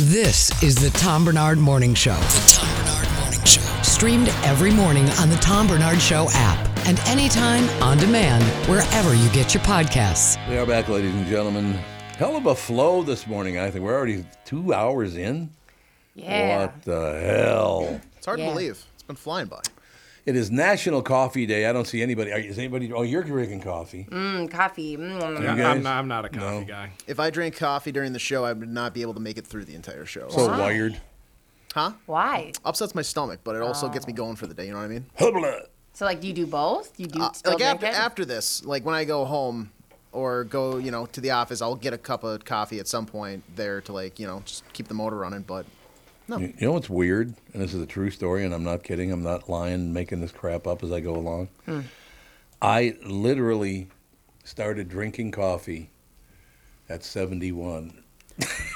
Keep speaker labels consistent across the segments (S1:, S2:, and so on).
S1: This is the Tom Bernard Morning Show. The Tom Bernard Morning Show. Streamed every morning on the Tom Bernard Show app and anytime on demand wherever you get your podcasts.
S2: We are back, ladies and gentlemen. Hell of a flow this morning, I think. We're already two hours in.
S3: Yeah.
S2: What the hell?
S3: It's hard
S4: Yeah.
S3: to believe. It's been flying by.
S2: It is National Coffee Day. I don't see anybody. Are, is anybody? Oh, you're drinking coffee.
S4: Mm, coffee. Mm.
S2: You
S5: I'm
S2: guys?
S5: not- I'm not a coffee
S2: No.
S5: guy.
S3: If I drank coffee during the show, I would not be able to make it through the entire show.
S2: So wired.
S3: huh?
S4: Why?
S3: Upsets my stomach, but it also gets me going for the day. You know what I mean?
S2: Hubla.
S4: So like, do you do both? You do
S3: Uh,
S4: still
S3: like
S4: drink
S3: after
S4: it?
S3: after this, like when I go home or go, you know, to the office, I'll get a cup of coffee at some point there to like, you know, just keep the motor running. But
S2: You you know what's weird? And this is a true story, and I'm not kidding. I'm not lying, making this crap up as I go along.
S4: Hmm.
S2: I literally started drinking coffee at 71.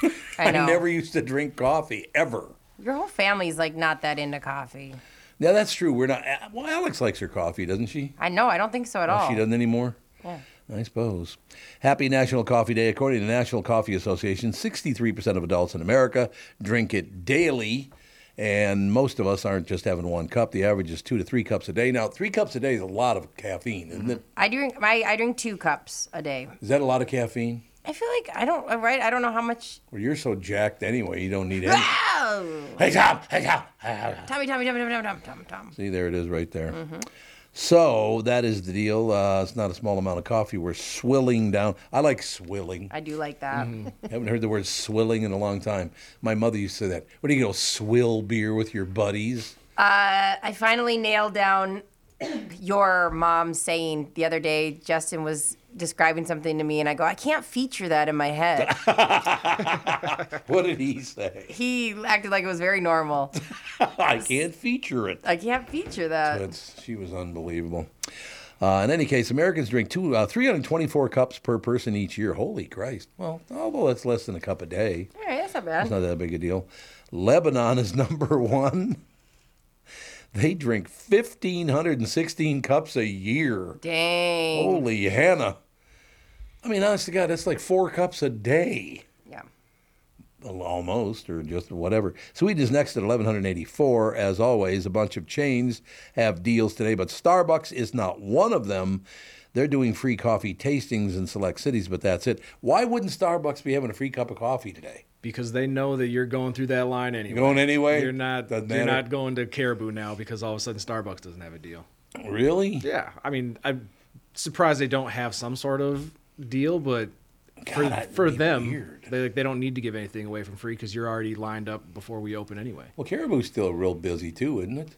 S4: I know.
S2: never used to drink coffee ever.
S4: Your whole family's like not that into coffee.
S2: Now that's true. We're not. Well, Alex likes her coffee, doesn't she?
S4: I know. I don't think so at all.
S2: Oh, She doesn't anymore.
S4: Yeah.
S2: I suppose. Happy National Coffee Day. According to the National Coffee Association, 63% of adults in America drink it daily, and most of us aren't just having one cup. The average is two to three cups a day. Now, three cups a day is a lot of caffeine, isn't it?
S4: I drink. My I drink two cups a day.
S2: Is that a lot of caffeine?
S4: I feel like I don't. uh, Right? I don't know how much.
S2: Well, you're so jacked anyway, you don't need any.
S4: Oh,
S2: hey, Tom! Hey, Tom!
S4: Tommy, Tommy, Tommy, Tommy, Tommy, Tommy, Tommy.
S2: See, there it is right there.
S4: Mm-hmm.
S2: So that is the deal. Uh, it's not a small amount of coffee. We're swilling down. I like swilling.
S4: I do like that.
S2: Mm-hmm. Haven't heard the word swilling in a long time. My mother used to say that. What do you go swill beer with your buddies?
S4: Uh, I finally nailed down your mom saying the other day. Justin was describing something to me, and I go, I can't feature that in my head.
S2: What did he say?
S4: he acted like it was very normal.
S2: I can't feature it.
S4: I can't feature that.
S2: That's, she was unbelievable. Uh, in any case, Americans drink two, uh, 324 cups per person each year. Holy Christ. Well, although that's less than a cup a day.
S4: All right, that's not bad.
S2: It's not that big a deal. Lebanon is number one. They drink 1,516 cups a year.
S4: Dang.
S2: Holy Hannah. I mean, honest to God, that's like four cups a day.
S4: Yeah.
S2: Well, Almost, or just whatever. Sweden is next at 1,184. As always, a bunch of chains have deals today, but Starbucks is not one of them. They're doing free coffee tastings in select cities, but that's it. Why wouldn't Starbucks be having a free cup of coffee today?
S5: Because they know that you're going through that line anyway.
S2: Going anyway?
S5: You're not.
S2: Doesn't
S5: You're
S2: matter.
S5: not going to Caribou now because all of a sudden Starbucks doesn't have a deal.
S2: Really?
S5: Yeah, I mean, I'm surprised they don't have some sort of deal, but
S2: God, that'd
S5: for, for
S2: be
S5: them,
S2: weird.
S5: they like they don't need to give anything away from free because you're already lined up before we open anyway.
S2: Well, Caribou's still real busy too, isn't it?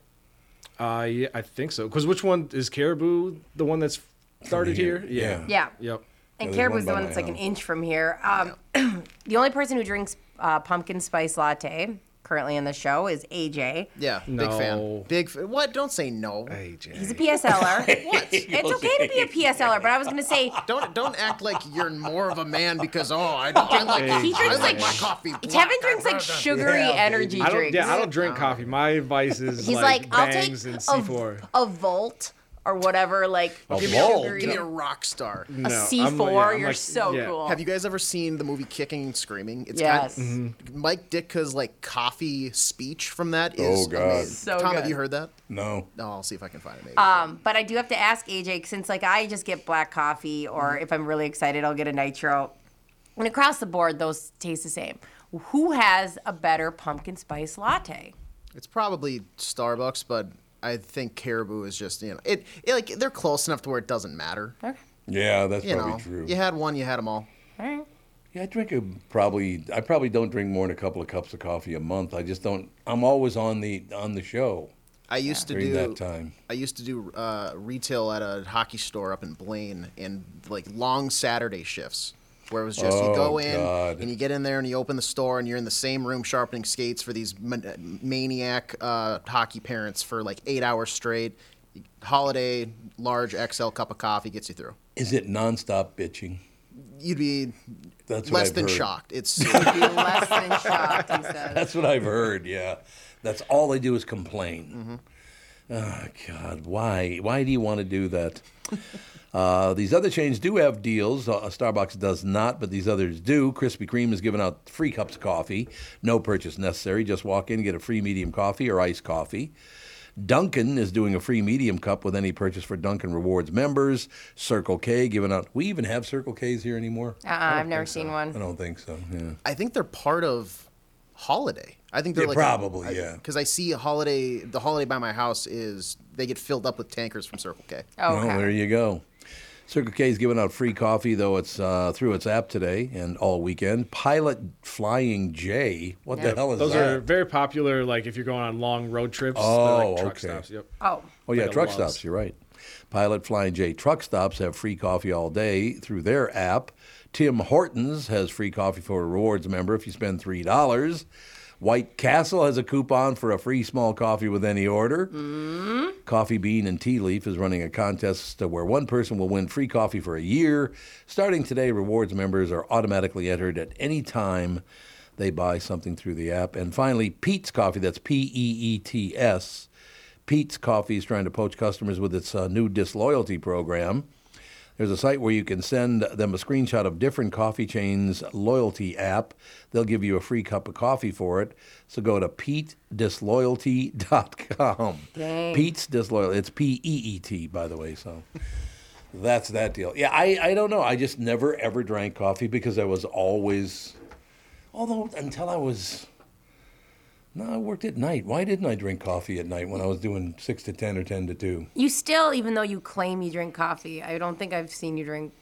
S5: Uh, yeah, I think so. Because which one is Caribou? The one that's started
S2: here.
S5: here? Yeah.
S4: Yeah.
S5: Yep.
S4: And
S2: there's
S4: Caribou's
S2: one
S4: the
S2: by
S4: one
S2: my
S4: that's like an
S2: house.
S4: inch from here. Um, the only person who drinks uh, pumpkin spice latte currently on the show is AJ.
S3: Yeah, big fan.
S5: No.
S3: Big. F- what? Don't say no.
S4: He's a PSLer. what? It's okay to be a PSLer, but I was going to say
S3: Don't don't act like you're more of a man because oh I, I like
S4: He
S3: I
S4: drinks
S3: like
S4: like
S3: my
S4: sh-
S3: coffee. Black.
S4: Tevin drinks like sugary
S2: Yeah,
S4: energy
S5: I don't.
S4: drinks.
S5: Yeah, I don't drink coffee. My vice is
S4: He's
S5: like,
S4: like, I'll take
S5: bangs and
S4: a,
S5: C four.
S4: a volt or whatever, like
S2: A
S4: give
S2: Volt?
S4: sugary-
S3: Give me a rock star.
S5: No, I'm like-
S4: C4,
S5: yeah, I'm
S4: you're
S5: like-
S4: so
S5: yeah.
S4: cool.
S3: Have you guys ever seen the movie Kicking and Screaming? It's
S4: Yes.
S3: kind Mike Ditka's like coffee speech from that is
S2: Mm-hmm. Oh, God.
S3: amazing.
S4: So
S3: Tom, have
S4: good.
S3: you heard that?
S2: No.
S3: No, I'll see if I can find it. Maybe.
S4: Um, but I do have to ask AJ since like I just get black coffee,
S2: Mm-hmm.
S4: or if I'm really excited, I'll get a nitro. And across the board, those taste the same. Who has a better pumpkin spice latte?
S3: It's probably Starbucks, but I think Caribou is just you know it, it like they're close enough to where it doesn't matter.
S2: Yeah, that's
S3: You
S2: probably
S3: know,
S2: true.
S3: you had one, you had them all.
S2: Yeah, I drink a probably. I probably don't drink more than a couple of cups of coffee a month. I just don't. I'm always on the on the show
S3: I used to
S2: during
S3: do
S2: that time.
S3: I used to do uh, retail at a hockey store up in Blaine and like long Saturday shifts where it was just you go
S2: Oh,
S3: in
S2: God.
S3: and you get in there and you open the store and you're in the same room sharpening skates for these man- maniac uh, hockey parents for like eight hours straight. Holiday large XL cup of coffee gets you through.
S2: Is it nonstop bitching?
S3: You'd be
S2: That's what
S3: less
S2: I've
S3: than
S2: heard.
S3: shocked. It's
S4: Be less than shocked, he says.
S2: That's what I've heard. Yeah, that's all they do is complain. Oh God, why? Why do you want to do that? Uh, these other chains do have deals. Uh, Starbucks does not, but these others do. Krispy Kreme is giving out free cups of coffee. No purchase necessary. Just walk in, get a free medium coffee or iced coffee. Duncan is doing a free medium cup with any purchase for Duncan Rewards members. Circle K giving out. We even have Circle K's here anymore?
S4: Uh-uh, I've never seen
S2: I
S4: one.
S2: don't think so. Yeah.
S3: I think they're part of holiday. I think they're
S2: Yeah,
S3: like
S2: probably,
S3: I-
S2: yeah.
S3: Because I see holiday. The holiday by my house is they get filled up with tankers from Circle K.
S4: Oh,
S2: Well, there
S4: okay.
S2: you go. Circle K is giving out free coffee, though it's uh, through its app today and all weekend. Pilot Flying J, what the hell is
S5: Those
S2: that?
S5: are very popular. Like if you're going on long road trips, they're
S2: Oh,
S5: like truck
S2: okay.
S5: stops. Yep.
S4: Oh,
S2: oh yeah,
S5: like a
S2: truck
S5: Love's.
S2: stops. You're right. Pilot Flying J truck stops have free coffee all day through their app. Tim Hortons has free coffee for a rewards member if you spend three dollars. White Castle has a coupon for a free small coffee with any order.
S4: Mm-hmm.
S2: Coffee Bean and Tea Leaf is running a contest to where one person will win free coffee for a year. Starting today, rewards members are automatically entered at any time they buy something through the app. And finally, Pete's Coffee, that's P E E T S. Pete's Coffee is trying to poach customers with its uh, new disloyalty program. There's a site where you can send them a screenshot of different coffee chains' loyalty app. They'll give you a free cup of coffee for it. So go to petedisloyalty.com. Pete's disloyalty. It's P E E T, by the way. So that's that deal. Yeah, I, I don't know. I just never ever drank coffee because I was always, although until I was, no, I worked at night. Why didn't I drink coffee at night when I was doing 6 to 10 or 10 to 2?
S4: you still, even though you claim you drink coffee, I don't think I've seen you drink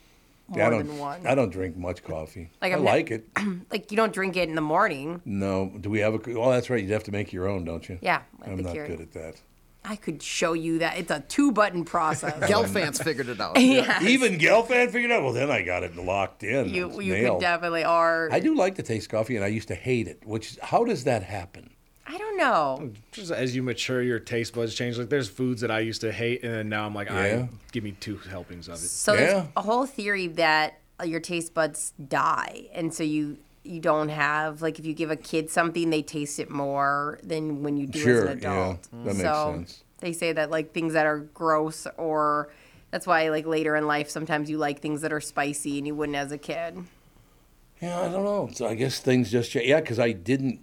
S4: more
S2: I don't,
S4: than one.
S2: I don't drink much coffee.
S4: Like,
S2: I
S4: I've ne-
S2: like it.
S4: like you don't drink it in the morning.
S2: No. Do we have a? Oh, that's right. You'd have to make your own, don't you?
S4: Yeah, I
S2: I'm
S4: think
S2: not
S4: you're-
S2: good at that.
S4: I could show you that it's a two-button process.
S3: Gelfand's figured it out.
S2: Even Gelfand figured out. Well, then I got it locked in. It's
S4: You you
S2: nailed.
S4: could definitely are.
S2: I do like to taste coffee, and I used to hate it. Which how does that happen?
S4: I don't know.
S2: Mm.
S5: Just as you mature, your taste buds change. Like there's foods that I used to hate, and then now I'm like,
S2: Yeah.
S5: I give me two helpings of it.
S4: So
S2: Yeah.
S4: there's a whole theory that uh, your taste buds die, and so you you don't have like if you give a kid something, they taste it more than when you do
S2: Sure,
S4: as an
S2: yeah,
S4: adult.
S2: that makes
S4: so
S2: sense.
S4: They say that like things that are gross or that's why like later in life sometimes you like things that are spicy and you wouldn't as a kid.
S2: Yeah, I don't know. So I guess things just change. Yeah, because I didn't.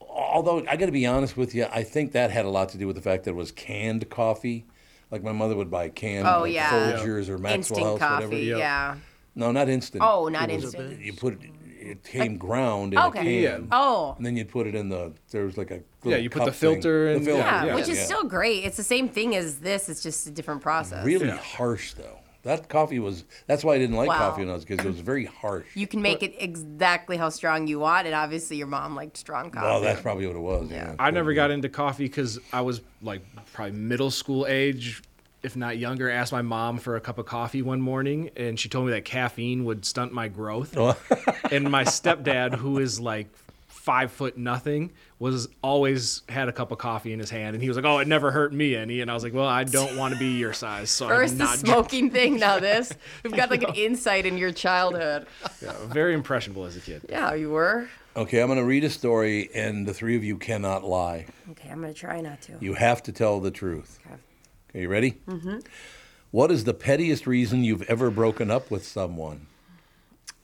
S2: Although I got to be honest with you, I think that had a lot to do with the fact that it was canned coffee. Like my mother would buy canned
S4: Oh,
S2: like,
S4: yeah.
S2: Folgers or Maxwell
S4: Instant
S2: House,
S4: coffee,
S2: whatever.
S5: yeah.
S4: yeah.
S2: No, not instant.
S4: Oh, not
S2: It was-
S4: instant.
S2: You put it. It came ground in a
S4: Okay.
S2: can.
S4: Oh.
S2: And then you'd put it in the there was like a
S5: Yeah,
S2: little
S5: you put the
S2: cup thing.
S5: filter in-
S2: The filter,
S4: Yeah,
S5: Yeah,
S4: which is
S2: yeah.
S4: still great. It's the same thing as this. It's just a different process.
S2: really harsh though. That coffee was. That's why I didn't like
S4: Wow.
S2: coffee when I was because it was very harsh.
S4: You can make it exactly how strong you want, and obviously your mom liked strong coffee.
S2: Well, Oh, that's probably what it was. Yeah.
S5: I never got into coffee because I was like probably middle school age, if not younger. Asked my mom for a cup of coffee one morning, and she told me that caffeine would stunt my growth. and my stepdad, who is like five foot nothing, was always had a cup of coffee in his hand, and he was like, "Oh, it never hurt me any." And I was like, "Well, I don't want to be your size, so
S4: First
S5: I'm
S4: the
S5: not."
S4: smoking thing, now this. We've got like an insight in your childhood.
S5: Yeah, very impressionable as a kid.
S4: Yeah, you were.
S2: Okay, I'm going to read a story, and the three of you cannot lie.
S4: Okay, I'm gonna try not to.
S2: You have to tell the truth.
S4: Okay.
S2: Okay, you ready? Mm-hmm. What is the pettiest reason you've ever broken up with someone?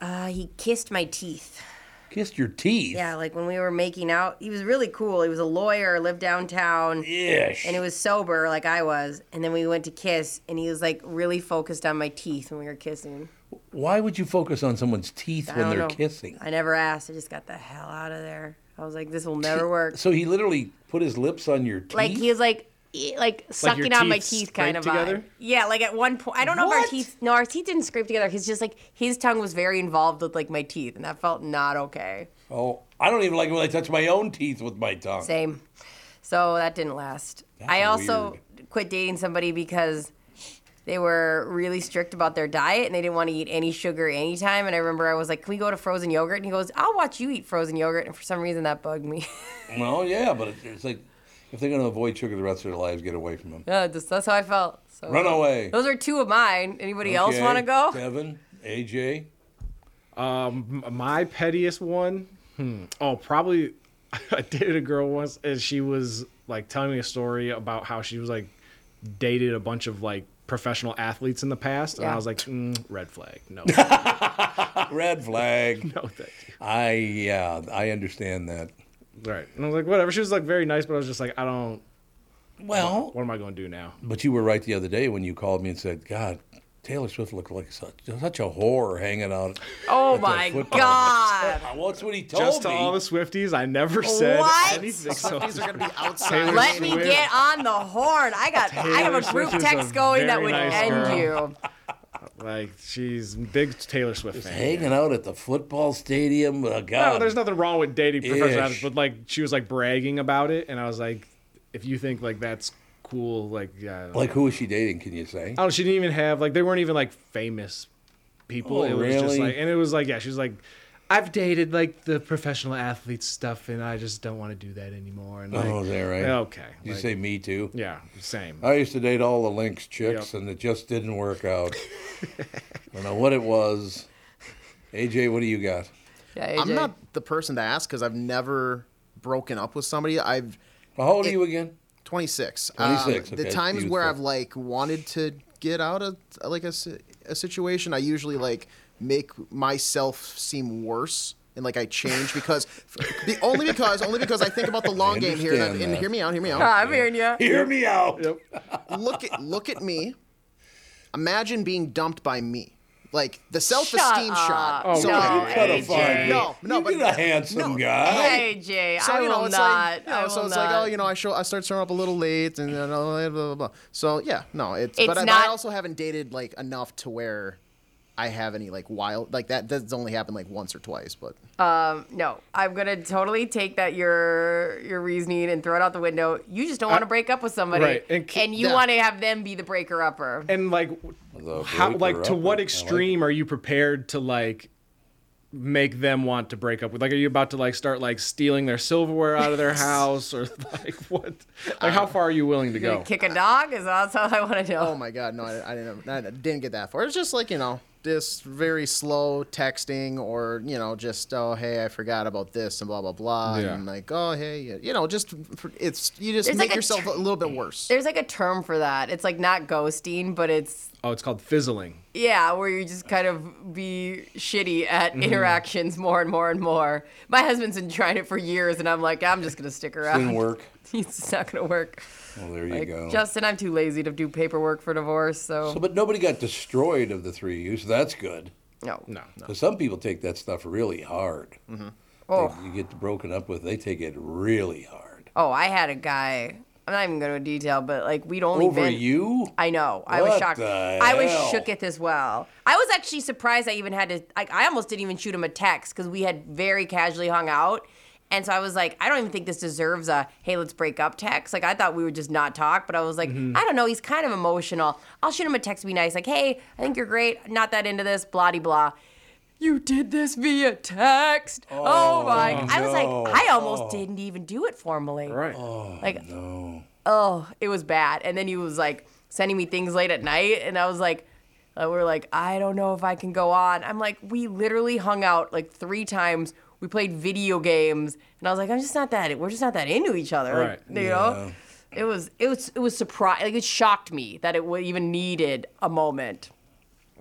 S4: Uh, he kissed my teeth.
S2: Kissed your teeth.
S4: Yeah, like when we were making out, he was really cool. He was a lawyer, lived downtown.
S2: Ish.
S4: And he was sober, like I was. And then we went to kiss, and he was like really focused on my teeth when we were kissing.
S2: Why would you focus on someone's teeth
S4: I
S2: when
S4: don't
S2: they're
S4: know.
S2: kissing?
S4: I never asked. I just got the hell out of there. I was like, this will never work.
S2: So he literally put his lips on your teeth.
S4: Like he was like, e- like sucking
S5: your
S4: on my
S5: teeth
S4: teeth kind of
S5: scraped
S4: vibe.
S5: together?
S4: Yeah, like at one point, I don't know if our
S2: What?
S4: teeth. No, our teeth didn't scrape together. He's just like his tongue was very involved with like my teeth, and that felt not okay.
S2: oh, I don't even like it when I touch my own teeth with my tongue.
S4: Same. So that didn't last. I also quit dating somebody because they were really strict about their diet and they didn't want to eat any sugar anytime. And I remember I was like, Can we go to frozen yogurt? And he goes, I'll watch you eat frozen yogurt. And for some reason that bugged me.
S2: Well, yeah, but it's- it's like if they're going to avoid sugar the rest of their lives, get away from them.
S4: yeah, just, that's how I felt. So
S2: Run away.
S4: Those are two of mine. Anybody else
S2: Okay,
S4: want to go?
S2: Kevin, AJ.
S5: Um, my pettiest one hmm. oh probably i dated a girl once and she was like telling me a story about how she was like dated a bunch of like professional athletes in the past and
S4: Yeah.
S5: i was like mm, red flag no no
S2: Red flag.
S5: thank you
S2: I yeah, I understand that.
S5: right and i was like whatever she was like very nice but i was just like i don't
S2: Well,
S5: what am i going to do now
S2: but you were right the other day when you called me and said, "God, Taylor Swift looked like such, such a whore hanging out."
S4: Oh
S2: at the
S4: my
S2: football
S4: God.
S2: match." What's what he told
S5: just to
S2: me?
S5: all the swifties i never said
S4: What?
S5: anything so
S3: These are going to be outside.
S5: Taylor
S4: Let me
S5: Swift.
S4: get on the horn. I got. I have a
S5: Taylor
S4: group
S5: Swift is
S4: text
S5: a
S4: going that
S5: very
S4: would
S5: nice
S4: end
S5: girl.
S4: you.
S5: like she's a big taylor swift fan
S2: hanging out at the football stadium. Oh, God,
S5: No, there's nothing wrong with dating
S2: Ish.
S5: professional athletes, but like she was like bragging about it, and I was like, if you think like that's cool, like yeah,
S2: like who is she dating? Can you say?
S5: oh, she didn't even have like they weren't even like famous people.
S2: Oh,
S5: it was just
S2: really?
S5: like, and it was like yeah, she was like. I've dated like the professional athletes stuff, and I just don't want to do that anymore. And like,
S2: Oh, is that right?
S5: Okay.
S2: Did you
S5: like,
S2: say me too?
S5: yeah, same.
S2: I used to date all the Lynx chicks,
S5: Yep.
S2: and it just didn't work out. I don't know what it was. AJ, what do you got?
S4: Yeah,
S3: I'm
S4: AJ.
S3: not the person to ask because I've never broken up with somebody. I've
S2: Well, how old are you again?
S3: 26.
S2: 26,
S3: The
S2: okay,
S3: times
S2: youthful.
S3: where I've like wanted to get out of like a, si- a situation, I usually like make myself seem worse and like I change because the only because only because I think about the long game here and,
S2: understand
S3: and
S2: that.
S3: hear me out, hear me out.
S4: I'm hearing you.
S2: Hear me out.
S3: look at look at me. Imagine being dumped by me. Like the self-esteem
S4: up.
S3: shot.
S5: Oh,
S3: no,
S5: come
S2: You
S5: on,
S2: cut a
S5: AJ.
S2: fine.
S3: No, no,
S2: you
S3: but-
S2: get a handsome
S3: no.
S2: guy.
S4: AJ, I
S3: you know,
S4: will
S3: it's
S4: not.
S3: Like, you know,
S4: I will
S3: so it's
S4: not.
S3: like, oh, you know, I show, I start showing up a little late, and you know, blah, blah, blah, blah. So yeah, no, it's.
S4: It's
S3: but, I, but I
S4: not-
S3: also haven't dated like enough to where I have any like wild like that. That's only happened like once or twice, but
S4: um, No, I'm gonna totally take that your your reasoning and throw it out the window. You just don't want to break up with somebody,
S5: Right, and
S4: and,
S5: ki-
S4: you
S3: Yeah.
S4: want to have them be the breaker upper.
S5: and like
S2: The
S5: how like to
S2: breaker-upper. I
S5: what
S2: like
S5: extreme are you prepared to like make them want to break up with like are you about to like start like stealing their silverware out of their house or like what
S4: Uh,
S5: like how far are you willing to go
S4: Kick a dog is that's all I want to know.
S3: oh my god, no, I, I didn't, I didn't get that far. It's just like you know, just very slow texting, or you know, just oh hey, I forgot about this, and blah blah blah,
S5: Yeah.
S3: and like oh hey, yeah. you know, just for- it's you just
S4: There's
S3: make
S4: like a
S3: yourself
S4: tr-
S3: a little bit worse.
S4: There's like a term for that. It's like not ghosting, but it's
S5: oh it's called fizzling
S4: yeah, where you just kind of be shitty at
S2: Mm-hmm.
S4: interactions more and more and more. My husband's been trying it for years, and I'm like, I'm just gonna stick
S2: Didn't
S4: around.
S2: work.
S4: it's not gonna work.
S2: Well, there you
S4: Like,
S2: go.
S4: Justin, I'm too lazy to do paperwork for divorce, so,
S2: so, but nobody got destroyed of the three of you, so that's good.
S4: no,
S5: no no
S2: 'Cause some people take that stuff really hard. Mm-hmm.
S4: Oh.
S2: you get broken up with, they take it really hard.
S4: Oh, I had a guy I'm not even going to go detail, but like we'd only
S2: Over
S4: been
S2: you?
S4: I know. I was
S2: What
S4: shocked.
S2: the
S4: I was
S2: hell?
S4: shook at this well. I was actually surprised I even had to. Like I almost didn't even shoot him a text because we had very casually hung out, and so I was like, I don't even think this deserves a hey, let's break up text. Like I thought we would just not talk, but I was like,
S2: Mm-hmm.
S4: I don't know. He's kind of emotional. I'll shoot him a text, to be nice, like, hey, I think you're great. Not that into this. Blah de blah. You did this via text. Oh, my! I was
S2: no. Oh.
S4: like, I almost didn't even do it formally.
S5: Right.
S4: Like, oh, it was bad. And then he was like sending me things late at night, and I was like, uh, we're like, I don't know if I can go on. I'm like, we literally hung out like three times. We played video games, and I was like, I'm just not that. We're just not that into each other, like,
S5: Right.
S4: you know. It was it was it was surprised. Like it shocked me that it would even needed a moment.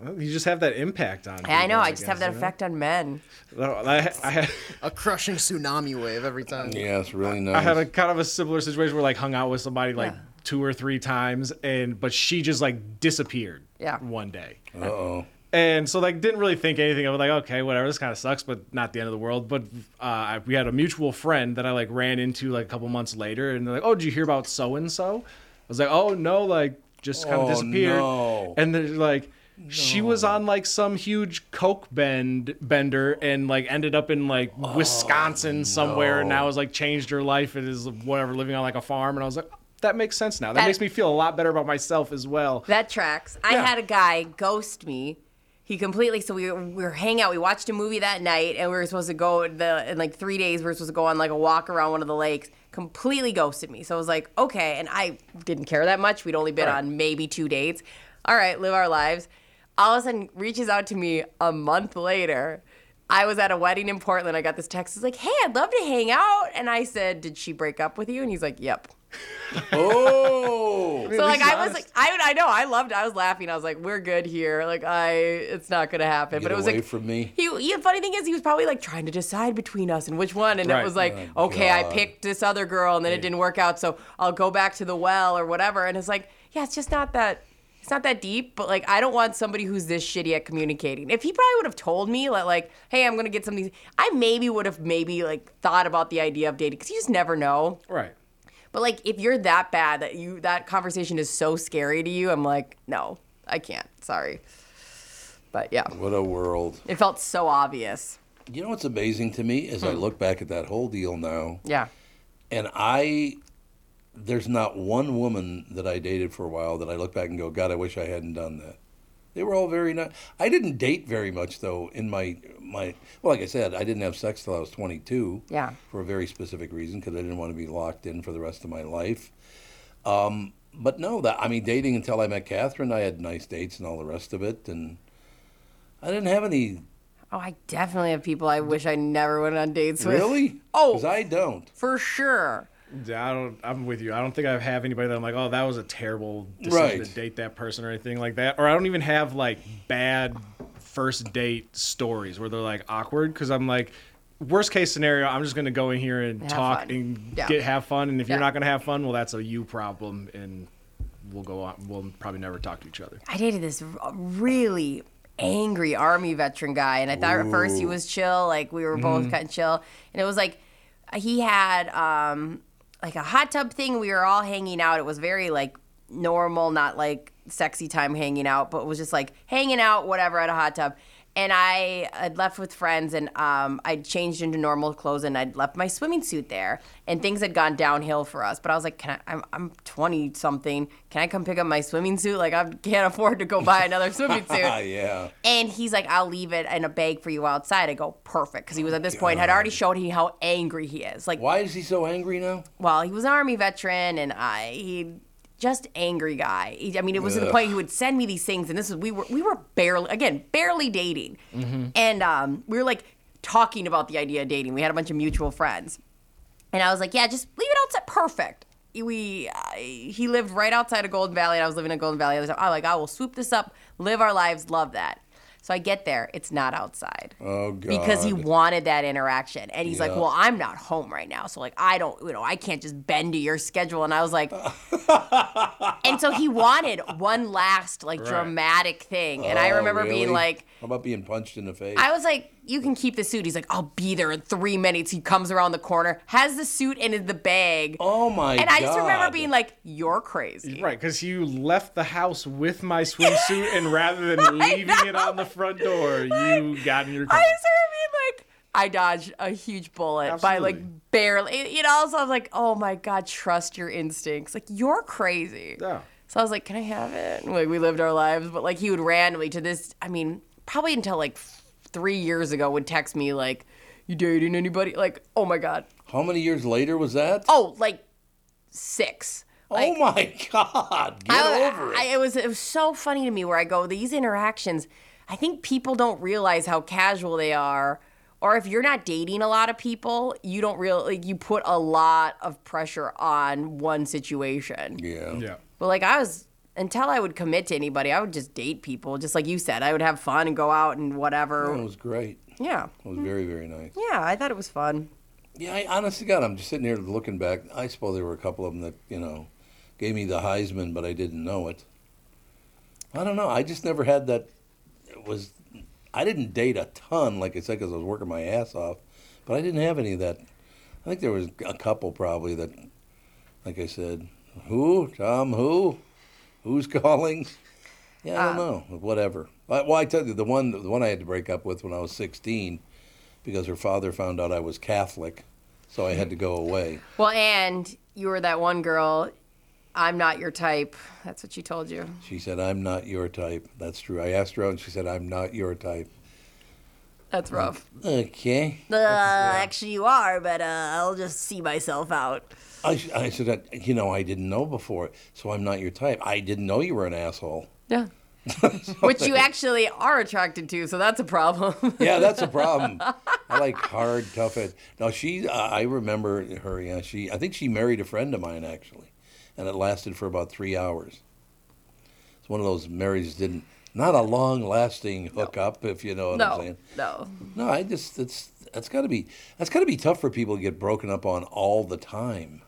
S5: Well, you just have that impact on.
S4: Yeah, I know.
S5: people,
S4: I just have
S5: guess,
S4: that effect on men.
S5: you know? I, I-
S3: A crushing tsunami wave every time.
S2: Yeah, it's really nice.
S5: I had a kind of a similar situation where like hung out with somebody like two or three times, and but she just like disappeared.
S4: Yeah.
S5: One day.
S2: Uh oh.
S5: And so, like, didn't really think anything of it. Like, okay, whatever, this kind of sucks, but not the end of the world. But uh, I- we had a mutual friend that I like ran into like a couple months later, and they're like, "Oh, did you hear about so and so?" I was like, "Oh no, like, just kind
S2: Oh,
S5: of disappeared."
S2: no.
S5: And they're like, "She was on like some huge coke bend bender, and like ended up in like
S2: Oh,
S5: Wisconsin somewhere, and now has like changed her life and is whatever living on like a farm." And I was like, "That makes sense now. That,
S4: That-
S5: makes me feel a lot better about myself as well."
S4: That tracks. I had a guy ghost me. He completely. So we were, we were hanging out. We watched a movie that night, and we were supposed to go the in like three days. We were supposed to go on like a walk around one of the lakes. Completely ghosted me. So I was like, okay. And I didn't care that much. We'd only been on maybe two dates. All right, live our lives. All of a sudden, reaches out to me a month later. I was at a wedding in Portland. I got this text. It's like, hey, I'd love to hang out. And I said, did she break up with you? And he's like, yep.
S2: Oh.
S4: So like I was like I I know I loved I was laughing I was like we're good here like I it's not gonna happen
S2: Get
S4: but it was
S2: away
S4: like
S2: from me.
S4: he, he funny thing is he was probably like trying to decide between us and which one and
S5: Right.
S4: it was like
S2: Oh,
S4: okay
S2: God.
S4: I picked this other girl and then it didn't work out so I'll go back to the well or whatever and it's like yeah it's just not that it's not that deep but like I don't want somebody who's this shitty at communicating if he probably would have told me like like hey I'm gonna get something I maybe would have maybe like thought about the idea of dating because you just never know
S5: right.
S4: but like, if you're that bad that you that conversation is so scary to you, I'm like, no, I can't. Sorry. But yeah,
S2: What a world.
S4: it felt so obvious.
S2: You know what's amazing to me is I look back at that whole deal now,
S4: Hmm. Yeah.
S2: and I there's not one woman that I dated for a while that I look back and go, God, I wish I hadn't done that. They were all very nice. I didn't date very much though. In my my well, like I said, I didn't have sex till I was 22.
S4: Yeah.
S2: For a very specific reason, because I didn't want to be locked in for the rest of my life. Um, but no, that I mean, dating until I met Catherine, I had nice dates and all the rest of it, and I didn't have any
S4: Oh, I definitely have people I wish I never went on dates with.
S2: really.
S4: Oh.
S2: 'Cause I don't.
S4: For sure.
S5: Yeah, I don't. I'm with you. I don't think I have anybody that I'm like, oh, that was a terrible decision
S2: Right.
S5: to date that person or anything like that. Or I don't even have like bad first date stories where they're like awkward because I'm like, worst case scenario, I'm just gonna go in here and
S4: Have
S5: talk
S4: fun.
S5: and
S4: Yeah.
S5: get have fun. And if
S4: Yeah.
S5: you're not gonna have fun, well, that's a you problem, and we'll go on. We'll probably never talk to each other.
S4: I dated this r- really angry army veteran guy, and I thought at first he was chill, like we were both kind of chill, and it was like he had um, like a hot tub thing. We were all hanging out. It was very like normal, not like sexy time hanging out, but it was just like hanging out, whatever, at a hot tub. And I had left with friends, and um, I'd changed into normal clothes, and I'd left my swimming suit there. And things had gone downhill for us. But I was like, "Can I? I'm, I'm 20 something. Can I come pick up my swimming suit? Like I can't afford to go buy another swimming
S2: Ah,
S4: suit."
S2: yeah.
S4: And he's like, "I'll leave it in a bag for you outside." I go, "Perfect," because he was at this point had already shown he how angry he is. Like
S2: Oh Why is he so angry now?
S4: well, he was an army veteran, and I he just angry guy. He, I mean, it was to the point he would send me these things, and this is we were we were barely again barely dating, and um, we were like talking about the idea of dating. We had a bunch of mutual friends, and I was like, yeah, just leave it outside. Perfect. We uh, he lived right outside of Golden Valley, and I was living in Golden Valley. I was like, oh my god, we'll swoop this up, live our lives, love that. So I get there, it's not outside
S2: Oh God.
S4: because he wanted that interaction and he's like
S2: Yeah.
S4: well i'm not home right now so like i don't you know i can't just bend to your schedule and i was like and so he wanted one last like dramatic thing and i
S2: Oh,
S4: remember
S2: really?
S4: being like
S2: How about being punched in the face?
S4: i was like you can keep the suit. He's like, I'll be there in three minutes. He comes around the corner, has the suit in the bag.
S2: Oh my
S4: And I just remember
S2: God.
S4: being like, you're crazy.
S5: Right, because you left the house with my swimsuit, and rather than leaving it on the front door, you got in your car.
S4: I just remember being like, I dodged a huge bullet by
S5: Absolutely.
S4: like barely. You know, also I was like, oh my God, trust your instincts. Like, you're crazy.
S5: Yeah.
S4: So I was like, can I have it? And, Like, we lived our lives, but like, he would randomly to this, I mean, probably until like three years ago would text me, like, you dating anybody? Like, oh my God.
S2: How many years later was that?
S4: Oh, like six.
S2: oh my God! Get
S4: I-
S2: over it.
S4: I, it was it was so funny to me where I go these interactions. I think people don't realize how casual they are, or if you're not dating a lot of people, you don't real like you put a lot of pressure on one situation.
S2: yeah.
S5: Yeah.
S4: But like I was until I would commit to anybody, I would just date people, just like you said. I would have fun and go out and
S2: That
S4: whatever.
S2: was great.
S4: Yeah,
S2: It was very, very nice.
S4: Hmm. yeah, I thought it was fun.
S2: Yeah, I, honest to God, I'm just sitting here looking back. I suppose there were a couple of them that, you know, gave me the Heisman, but I didn't know it. I don't know. I just never had that. It was I didn't date a ton, like I said, because I was working my ass off, but I didn't have any of that. I think there was a couple probably that, like I said, who Tom, who, who's calling? Yeah, I don't know. Whatever. I- Well, I tell you, the one the one I had to break up with when I was 16, because her father found out I was Catholic, so I had to go away.
S4: Well, and you were that one girl. I'm not your type. That's what she told you.
S2: She said, "I'm not your type." That's true. I asked her out, and she said, "I'm not your type."
S4: That's
S2: Mm-hmm.
S4: rough.
S2: Okay.
S4: Uh, actually, you are, but uh, I'll just see myself out.
S2: I, s- I said, "I- you know, I didn't know before, so I'm not your type. I didn't know you were an asshole.
S4: Yeah. Which you actually are attracted to, so that's a problem.
S2: Yeah, that's a problem. I like hard, tough. Ed. Now she, uh, I remember her. Yeah, she. I think she married a friend of mine actually, and it lasted for about three hours. It's one of those marriages didn't. Not a long-lasting hookup, if you know what I'm
S4: no,
S2: saying.
S4: no.
S2: No, I just that's that's got to be that's got to be tough for people to get broken up on all the time.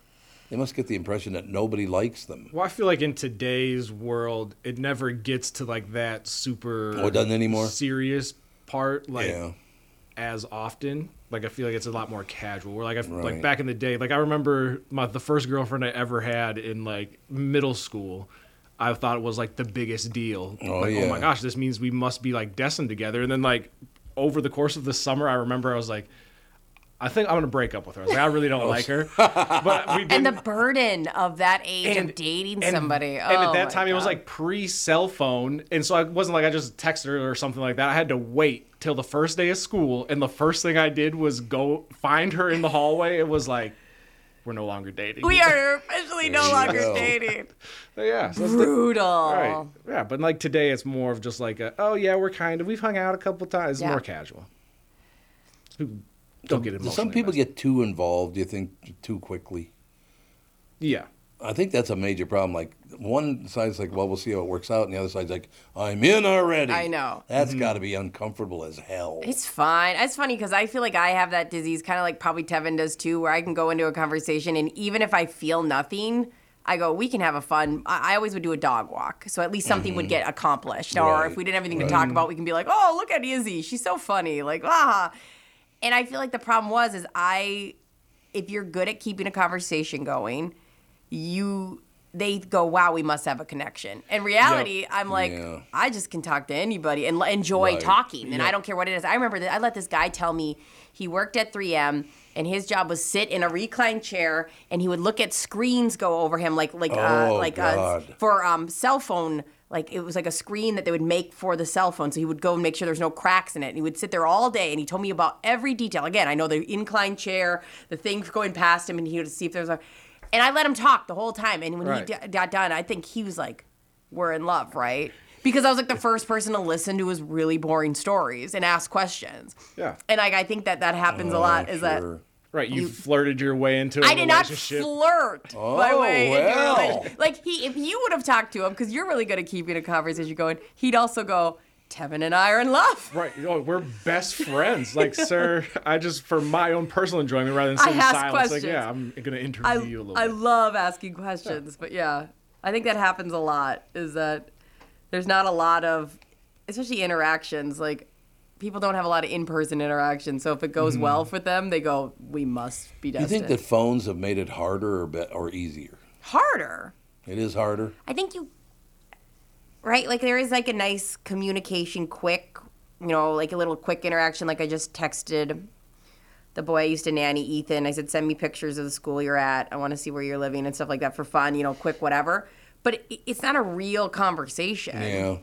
S2: They must get the impression that nobody likes them.
S5: Well, I feel like in today's world, it never gets to like that super.
S2: Oh, it doesn't anymore?
S5: Serious part, like
S2: Yeah.
S5: as often. Like I feel like it's a lot more casual. Where like I
S2: Right.
S5: like back in the day, like I remember my the first girlfriend I ever had in like middle school. I thought it was like the biggest deal.
S2: Oh,
S5: like,
S2: yeah.
S5: Oh my gosh, this means we must be like destined together. And then like over the course of the summer, I remember I was like. I think I'm gonna break up with her. I was like, I really
S2: Oh,
S5: don't like her. But we
S4: And
S5: didn't,
S4: the burden of that age of dating
S5: and-
S4: somebody.
S5: And
S4: Oh
S5: at that
S4: my
S5: time, it was
S4: God.
S5: like pre cell phone. And so I wasn't like I just texted her or something like that. I had to wait till the first day of school. And the first thing I did was go find her in the hallway. It was like, we're no longer dating.
S4: we are officially no longer
S2: go.
S4: dating.
S5: yeah. so that's the-
S4: Brutal.
S5: right. Yeah. But like today, it's more of just like, a, oh, yeah, we're kind of, we've hung out a couple times. It's
S4: Yeah.
S5: more casual. People Don't get
S2: Do
S5: emotional.
S2: some people get too involved? Do you think too quickly?
S5: Yeah.
S2: I think that's a major problem. Like one side's like, "Well, we'll see how it works out," and the other side's like, "I'm in already."
S4: I know.
S2: That's
S5: Mm-hmm.
S2: got to be uncomfortable as hell.
S4: It's fine. It's funny because I feel like I have that disease, kind of like probably Tevin does too, where I can go into a conversation and even if I feel nothing, I go, we can have a fun. I, I always would do a dog walk, so at least something would get accomplished. Or
S2: Mm-hmm. Right,
S4: if we didn't have anything to talk about, we can be like, oh, look at Izzy, she's so funny, like ah. And I feel like the problem was is I, if you're good at keeping a conversation going, you they go, wow, we must have a connection. In reality, I'm like,
S2: Yeah.
S4: I just can talk to anybody and l- enjoy
S2: Right.
S4: talking, and I don't care what it is. I remember that I let this guy tell me he worked at 3M. And his job was sit in a reclined chair, and he would look at screens go over him, like like
S2: Oh,
S4: uh, like uh,
S2: God.
S4: for um, cell phone. Like it was like a screen that they would make for the cell phone. So he would go and make sure there's no cracks in it. And he would sit there all day, and he told me about every detail. Again, I know the inclined chair, the things going past him, and he would see if there was a. And I let him talk the whole time. And when
S5: Right.
S4: he d- got done, I think he was like, "We're in love, right?" Because I was like the first person to listen to his really boring stories and ask questions.
S5: Yeah.
S4: And like I think that that happens a lot. Is that
S2: Sure.
S5: Right. You, flirted your way into Oh, a
S4: I did not
S5: relationship.
S4: flirt my
S2: Oh,
S4: way into a
S2: well.
S4: relationship. Like he, if you would have talked to him, because you're really good at keeping a conversation going, he'd also go, "Tevin and I are in love."
S5: Right. Oh, we're best friends. Like, sir, I just for my own personal enjoyment rather than
S4: I
S5: sitting
S4: ask
S5: silent. It's
S4: questions.
S5: like, yeah, I'm gonna interview
S4: I,
S5: you a little
S4: I
S5: bit.
S4: love asking questions, but yeah, I think that happens a lot. Is that there's not a lot of, especially interactions like. people don't have a lot of in-person interaction, so if it goes well for them, they go, "We must be
S2: Do you
S4: destined."
S2: think that phones have made it harder or be- or easier?
S4: harder?
S2: It is harder.
S4: I think you, right? Like there is like a nice communication, quick, you know, like a little quick interaction. Like I just texted the boy I used to nanny, Ethan. I said, send me pictures of the school you're at. I want to see where you're living and stuff like that for fun, you know, quick, whatever. But it, it's not a real conversation.
S2: Yeah.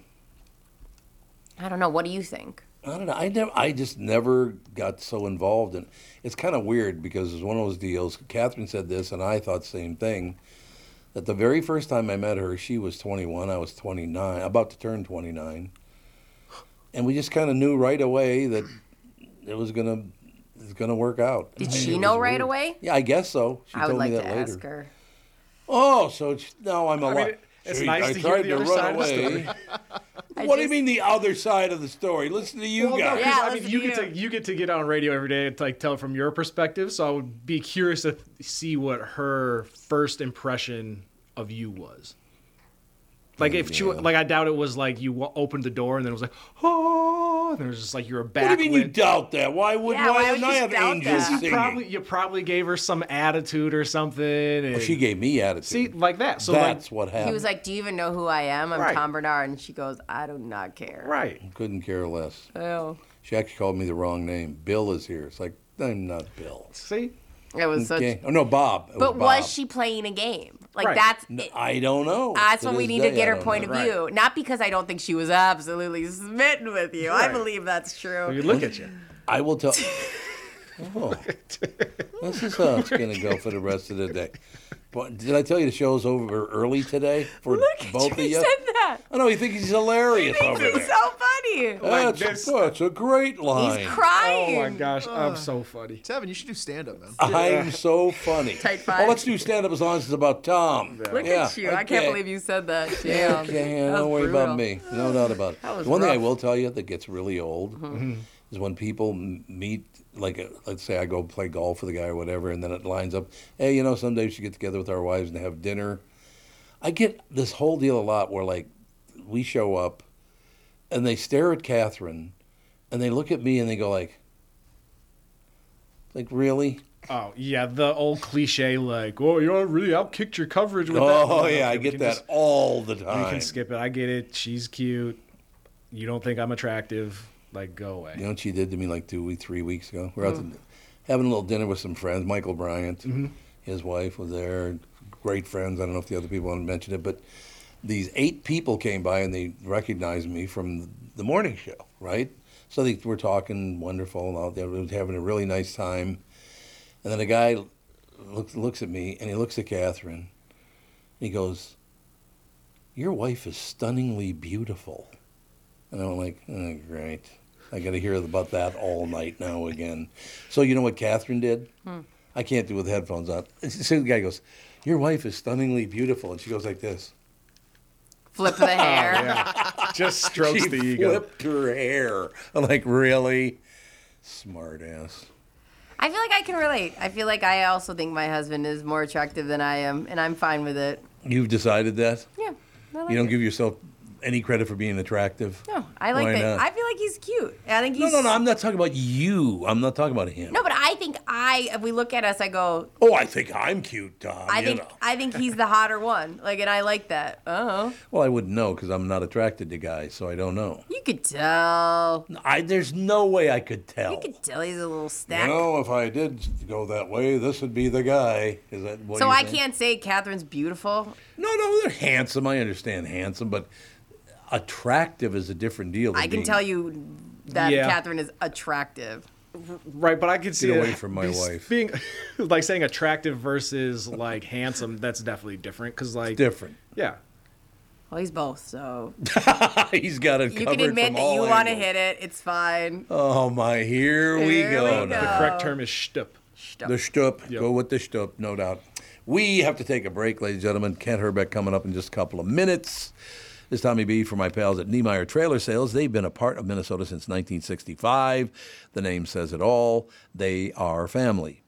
S4: I don't know. What do you think?
S2: I don't know. I never. I just never got so involved in. It's kind of weird because it's one of those deals. Catherine said this, and I thought the same thing. That the very first time I met her, she was 21. I was 29, about to turn 29, and we just kind of knew right away that it was gonna it's gonna work out.
S4: Did
S2: And
S4: she
S2: it
S4: know
S2: was
S4: right
S2: weird.
S4: away?
S2: Yeah, I guess so. She
S4: I would
S2: told
S4: like
S2: me
S4: to
S2: that later.
S4: ask her.
S2: Oh, so it's, now I'm alive.
S5: it's
S2: Gee,
S5: nice
S2: I
S5: to hear
S2: tried
S5: the
S2: to
S5: other
S2: run
S5: side of the
S2: away.
S5: story.
S2: what do you mean the other side of the story? Listen to you
S5: Well, no,
S2: guys.
S5: 'cause,
S4: Yeah,
S5: I mean,
S4: listen
S5: you
S4: to
S5: get
S4: you.
S5: to you get to get on radio every day and like tell from your perspective. So I would be curious to see what her first impression of you was. Like if
S2: Mm,
S5: she like I doubt it was like you wa- opened the door and then it was like oh and there was just like you're a back.
S2: What do you mean you doubt that? Why would
S4: Yeah, why
S2: why
S4: would
S2: wouldn't I
S4: you
S2: have
S4: doubt
S2: angels
S4: that?
S2: singing?
S5: Probably you probably gave her some attitude or something. And
S2: She gave me attitude.
S5: see like that. So
S2: that's
S5: like
S2: what happened.
S4: He was like, do you even know who I am? I'm
S5: Right.
S4: Tom Bernard. And she goes, I do not care.
S5: right.
S2: couldn't care less.
S4: Oh,
S2: She actually called me the wrong name. Bill is here. It's like I'm not Bill.
S5: See
S4: it was such.
S2: Okay. Oh no, Bob. It
S4: But
S2: Bob.
S4: was she playing a game? Like
S5: Right.
S4: that's
S2: No, I don't know.
S4: that's
S2: To
S4: when we
S2: this
S4: need to
S2: day,
S4: get
S2: I
S4: her
S2: don't
S4: point
S2: know.
S4: of
S5: Right.
S4: view. Not because I don't think she was absolutely smitten with you. I believe that's true.
S5: you look at you.
S2: I will tell. Oh, this is how it's gonna go for the rest of the day. But did I tell you the show's over early today for
S4: Look at
S2: both
S4: you. He
S2: of you?
S4: said that.
S2: I know he thinks he's hilarious over
S4: He's
S2: there.
S4: so funny.
S2: that's,
S5: this.
S2: that's a great line.
S4: He's crying.
S5: Oh my gosh, I'm so funny.
S3: Tevin, you should do stand up, man.
S2: I'm so funny.
S4: Tight
S2: Well,
S4: five.
S2: let's do stand up as long as it's about Tom.
S4: Look at you. I can't believe you said that. Damn.
S2: Okay, yeah,
S4: That was
S2: don't worry
S4: brutal.
S2: about me. No doubt about it.
S4: was
S2: The One thing I
S4: rough. Mm-hmm.
S2: will tell you that gets really old
S5: Mm-hmm.
S2: is when people m- meet, like, uh let's say I go play golf with a guy or whatever, and then it lines up. Hey, you know, someday we should get together with our wives and have dinner. I get this whole deal a lot where, like, we show up and they stare at Catherine and they look at me and they go, like, like, really?
S5: Oh yeah, the old cliche like, "Oh, you really outkicked your coverage with that."
S2: Oh
S5: one."
S2: yeah, I
S5: Okay, we
S2: get
S5: can
S2: that
S5: just-
S2: all the time.
S5: You can skip it. I get it. She's cute. You don't think I'm attractive? Like, go away.
S2: You know what she did to me like two, week, three weeks ago? We are out to, having a little dinner with some friends. Michael Bryant, his wife was there. Great friends. I don't know if the other people want to mention it, but these eight people came by and they recognized me from the morning show, right? So they were talking wonderful and all. They were having a really nice time. And then a guy looks looks at me and he looks at Catherine. And he goes, "Your wife is stunningly beautiful." And I'm like, oh, great. I got to hear about that all night now again. So you know what Catherine did? I can't do it with headphones on. So the guy goes, "Your wife is stunningly beautiful," and she goes like this.
S4: Flip the hair.
S5: Just strokes
S2: she
S5: the ego.
S2: flipped her hair. I'm like, really? Smart ass.
S4: I feel like I can relate. I feel like I also think my husband is more attractive than I am, and I'm fine with it.
S2: You've decided that.
S4: Yeah. I like
S2: You don't
S4: it.
S2: give yourself any credit for being attractive.
S4: No, I like
S2: Why
S4: that.
S2: not?
S4: I feel like he's cute. I think
S2: no,
S4: he's
S2: no, no. I'm not talking about you. I'm not talking about him.
S4: No, but I think I. If we look at us, I go.
S2: Oh, I think I'm cute, Tom.
S4: I
S2: you
S4: think
S2: know.
S4: I think he's the hotter one. Like, and I like that. Oh,
S2: Well, I wouldn't know because I'm not attracted to guys, so I don't know.
S4: you could tell.
S2: I there's no way I could tell.
S4: You could tell he's a little
S2: You
S4: stack.
S2: know, if I did go that way, this would be the guy. Is that what
S4: so
S2: you
S4: I
S2: think?
S4: can't say Catherine's beautiful.
S2: No, no, they're handsome. I understand handsome, but attractive is a different deal. than
S4: I can
S2: being-
S4: tell you that
S5: Yeah.
S4: Catherine is attractive.
S5: Right, but I could see
S2: Get
S5: that
S2: away from my
S5: be-
S2: wife.
S5: Being like saying attractive versus like handsome, that's definitely different. Cause like,
S2: different.
S5: yeah,
S4: Well, he's both. So
S2: He's got it
S4: you
S2: covered
S4: can admit
S2: from
S4: that
S2: all
S4: you want to
S2: angles.
S4: hit it. It's fine.
S2: Oh my! Here, we
S4: Here
S2: go.
S4: we
S2: now.
S4: go.
S5: the correct term is shtup.
S2: The Stupp. Go with the Stupp, no doubt. We have to take a break, ladies and gentlemen. Kent Herbeck coming up in just a couple of minutes. This is Tommy B for my pals at Niemeyer Trailer Sales. They've been a part of Minnesota since 1965. The name says it all. They are family.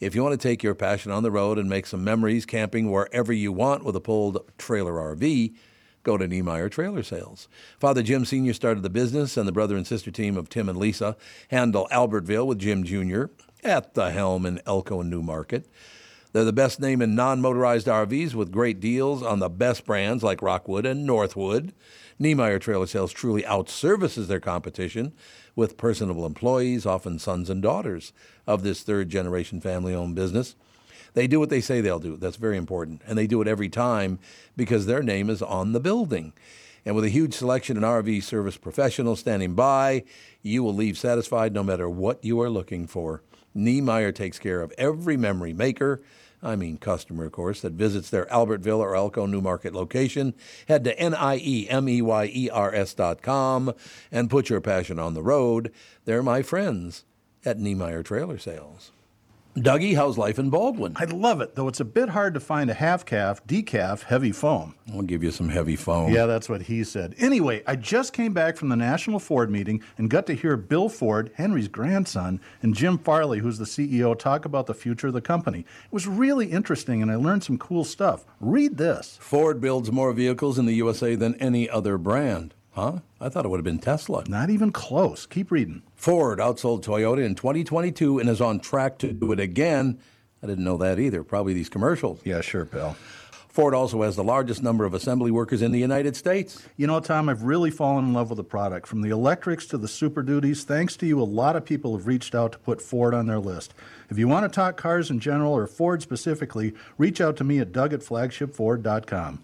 S2: If you want to take your passion on the road and make some memories camping wherever you want with a pulled trailer RV, go to Niemeyer Trailer Sales. Father Jim Sr. started the business, and the brother and sister team of Tim and Lisa handle Albertville with Jim Jr. at the helm in Elko and Newmarket. They're the best name in non motorized RVs with great deals on the best brands like Rockwood and Northwood. Niemeyer Trailer Sales truly outservices their competition with personable employees, often sons and daughters of this third generation family owned business. They do what they say they'll do. That's very important. And they do it every time because their name is on the building. And with a huge selection and RV service professionals standing by, you will leave satisfied no matter what you are looking for. Niemeyer takes care of every memory maker, I mean customer, of course, that visits their Albertville or Elko Newmarket location. Head to E N-I-E-M-E-Y-E-R-S dot com and put your passion on the road. They're my friends at Niemeyer Trailer Sales. Dougie, how's life in Baldwin?
S6: I love it, though it's a bit hard to find a half calf, decaf, heavy foam.
S2: I'll give you some heavy foam.
S6: Yeah, that's what he said. Anyway, I just came back from the National Ford meeting and got to hear Bill Ford, Henry's grandson, and Jim Farley, who's the CEO, talk about the future of the company. It was really interesting, and I learned some cool stuff. Read this.
S2: Ford builds more vehicles in the USA than any other brand. Huh? I thought it would have been Tesla.
S6: Not even close. Keep reading.
S2: Ford outsold Toyota in 2022 and is on track to do it again. I didn't know that either. Probably these commercials.
S6: Yeah, sure, pal.
S2: Ford also has the largest number of assembly workers in the United States.
S6: You know, Tom, I've really fallen in love with the product. From the electrics to the Super Duties, thanks to you, a lot of people have reached out to put Ford on their list. If you want to talk cars in general or Ford specifically, reach out to me at doug at flagshipford.com.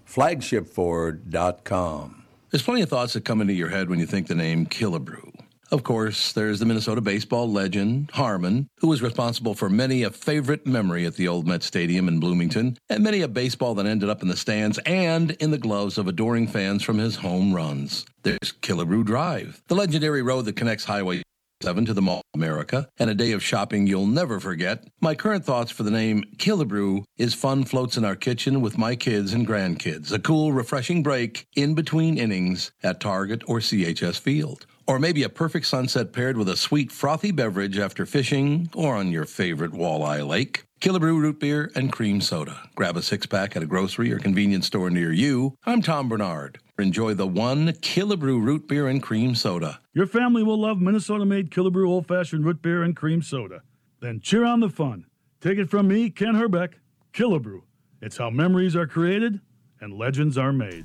S2: Flagshipford.com.
S7: There's plenty of thoughts that come into your head when you think the name Killebrew. Of course, there's the Minnesota baseball legend, Harmon, who was responsible for many a favorite memory at the old Met Stadium in Bloomington, and many a baseball that ended up in the stands and in the gloves of adoring fans from his home runs. There's Killebrew Drive, the legendary road that connects Highway 7 to the Mall of America, and a day of shopping you'll never forget. My current thoughts for the name Killebrew is fun floats in our kitchen with my kids and grandkids, a cool, refreshing break in between innings at Target or CHS Field. Or maybe a perfect sunset paired with a sweet, frothy beverage after fishing or on your favorite walleye lake. Killebrew root beer and cream soda. Grab a six pack at a grocery or convenience store near you. I'm Tom Bernard. Enjoy the one Killebrew root beer and cream soda.
S8: Your family will love Minnesota made Killebrew old fashioned root beer and cream soda. Then cheer on the fun. Take it from me, Ken Herbeck. Killebrew. It's how memories are created and legends are made.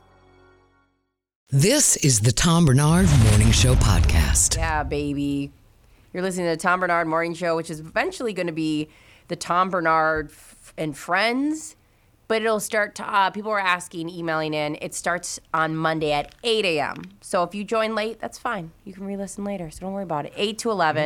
S1: This is the Tom Bernard Morning Show podcast.
S4: Yeah, baby. You're listening to the Tom Bernard Morning Show, which is eventually going to be the Tom Bernard f- and Friends, but it'll start to, uh, people are asking, emailing in. It starts on Monday at 8 a.m. So if you join late, that's fine. You can re listen later, so don't worry about it. 8 to 11,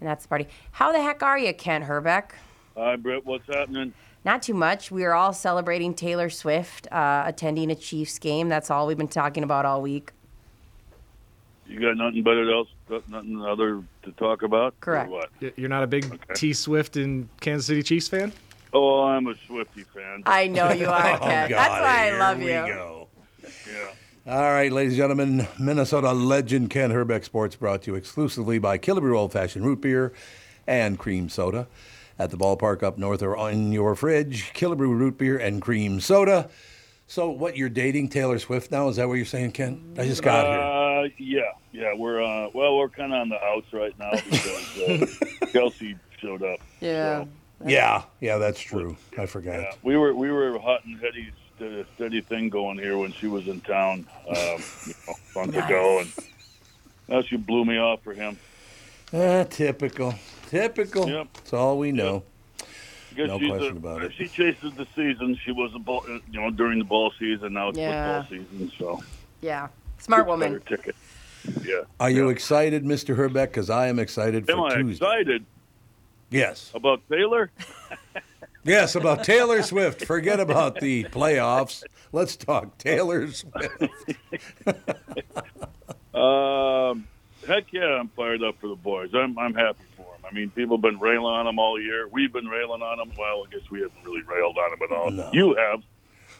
S4: and that's the party. How the heck are you, Kent Herbeck?
S9: Hi, Britt. What's happening?
S4: Not too much. We are all celebrating Taylor Swift uh, attending a Chiefs game. That's all we've been talking about all week.
S9: You got nothing better else, got nothing other to talk about?
S4: Correct.
S9: Or what?
S5: Y- You're not a big T Swift and Kansas City Chiefs fan?
S9: Oh, I'm a Swifty fan.
S4: I know you are,
S9: Oh,
S4: Ted.
S9: God,
S4: That's why I
S9: here
S4: love
S9: we
S4: you.
S9: go. Yeah.
S2: All right, ladies and gentlemen, Minnesota legend Ken Herbeck Sports brought to you exclusively by Killebrew Old Fashioned Root Beer and Cream Soda. At the ballpark up north or in your fridge, Killebrew Root Beer and Cream Soda. So, what, you're dating Taylor Swift now? Is that what you're saying, Ken? I just got here.
S9: uh, Yeah, yeah. We're uh, well, we're kind of on the house right now because uh, Kelsey showed up.
S4: Yeah.
S2: Yeah, yeah, that's true. I forgot.
S9: Yeah, we were we were hot and heady, steady, steady thing going here when she was in town um, you know, a month ago, and now she blew me off for him.
S2: Ah, typical. Typical.
S9: Yep.
S2: That's all we know.
S9: I guess
S2: No
S9: she's
S2: question
S9: a-
S2: about it.
S9: She chases the season. She was a ball, you know, during the ball season. Now it's
S4: Yeah.
S9: football season, so
S4: Yeah. Smart
S9: it's
S4: woman.
S9: Better ticket. Yeah.
S2: Are you excited, Mr. Herbeck? Because I am excited
S9: Am
S2: for
S9: I
S2: Tuesday.
S9: excited
S2: Yes.
S9: about Taylor?
S2: Yes, about Taylor Swift. Forget about the playoffs. Let's talk Taylor Swift.
S9: Um, heck yeah, I'm fired up for the boys. I'm I'm happy for them. I mean, people have been railing on them all year. We've been railing on them. Well, I guess we haven't really railed on them at all.
S2: No.
S9: You have,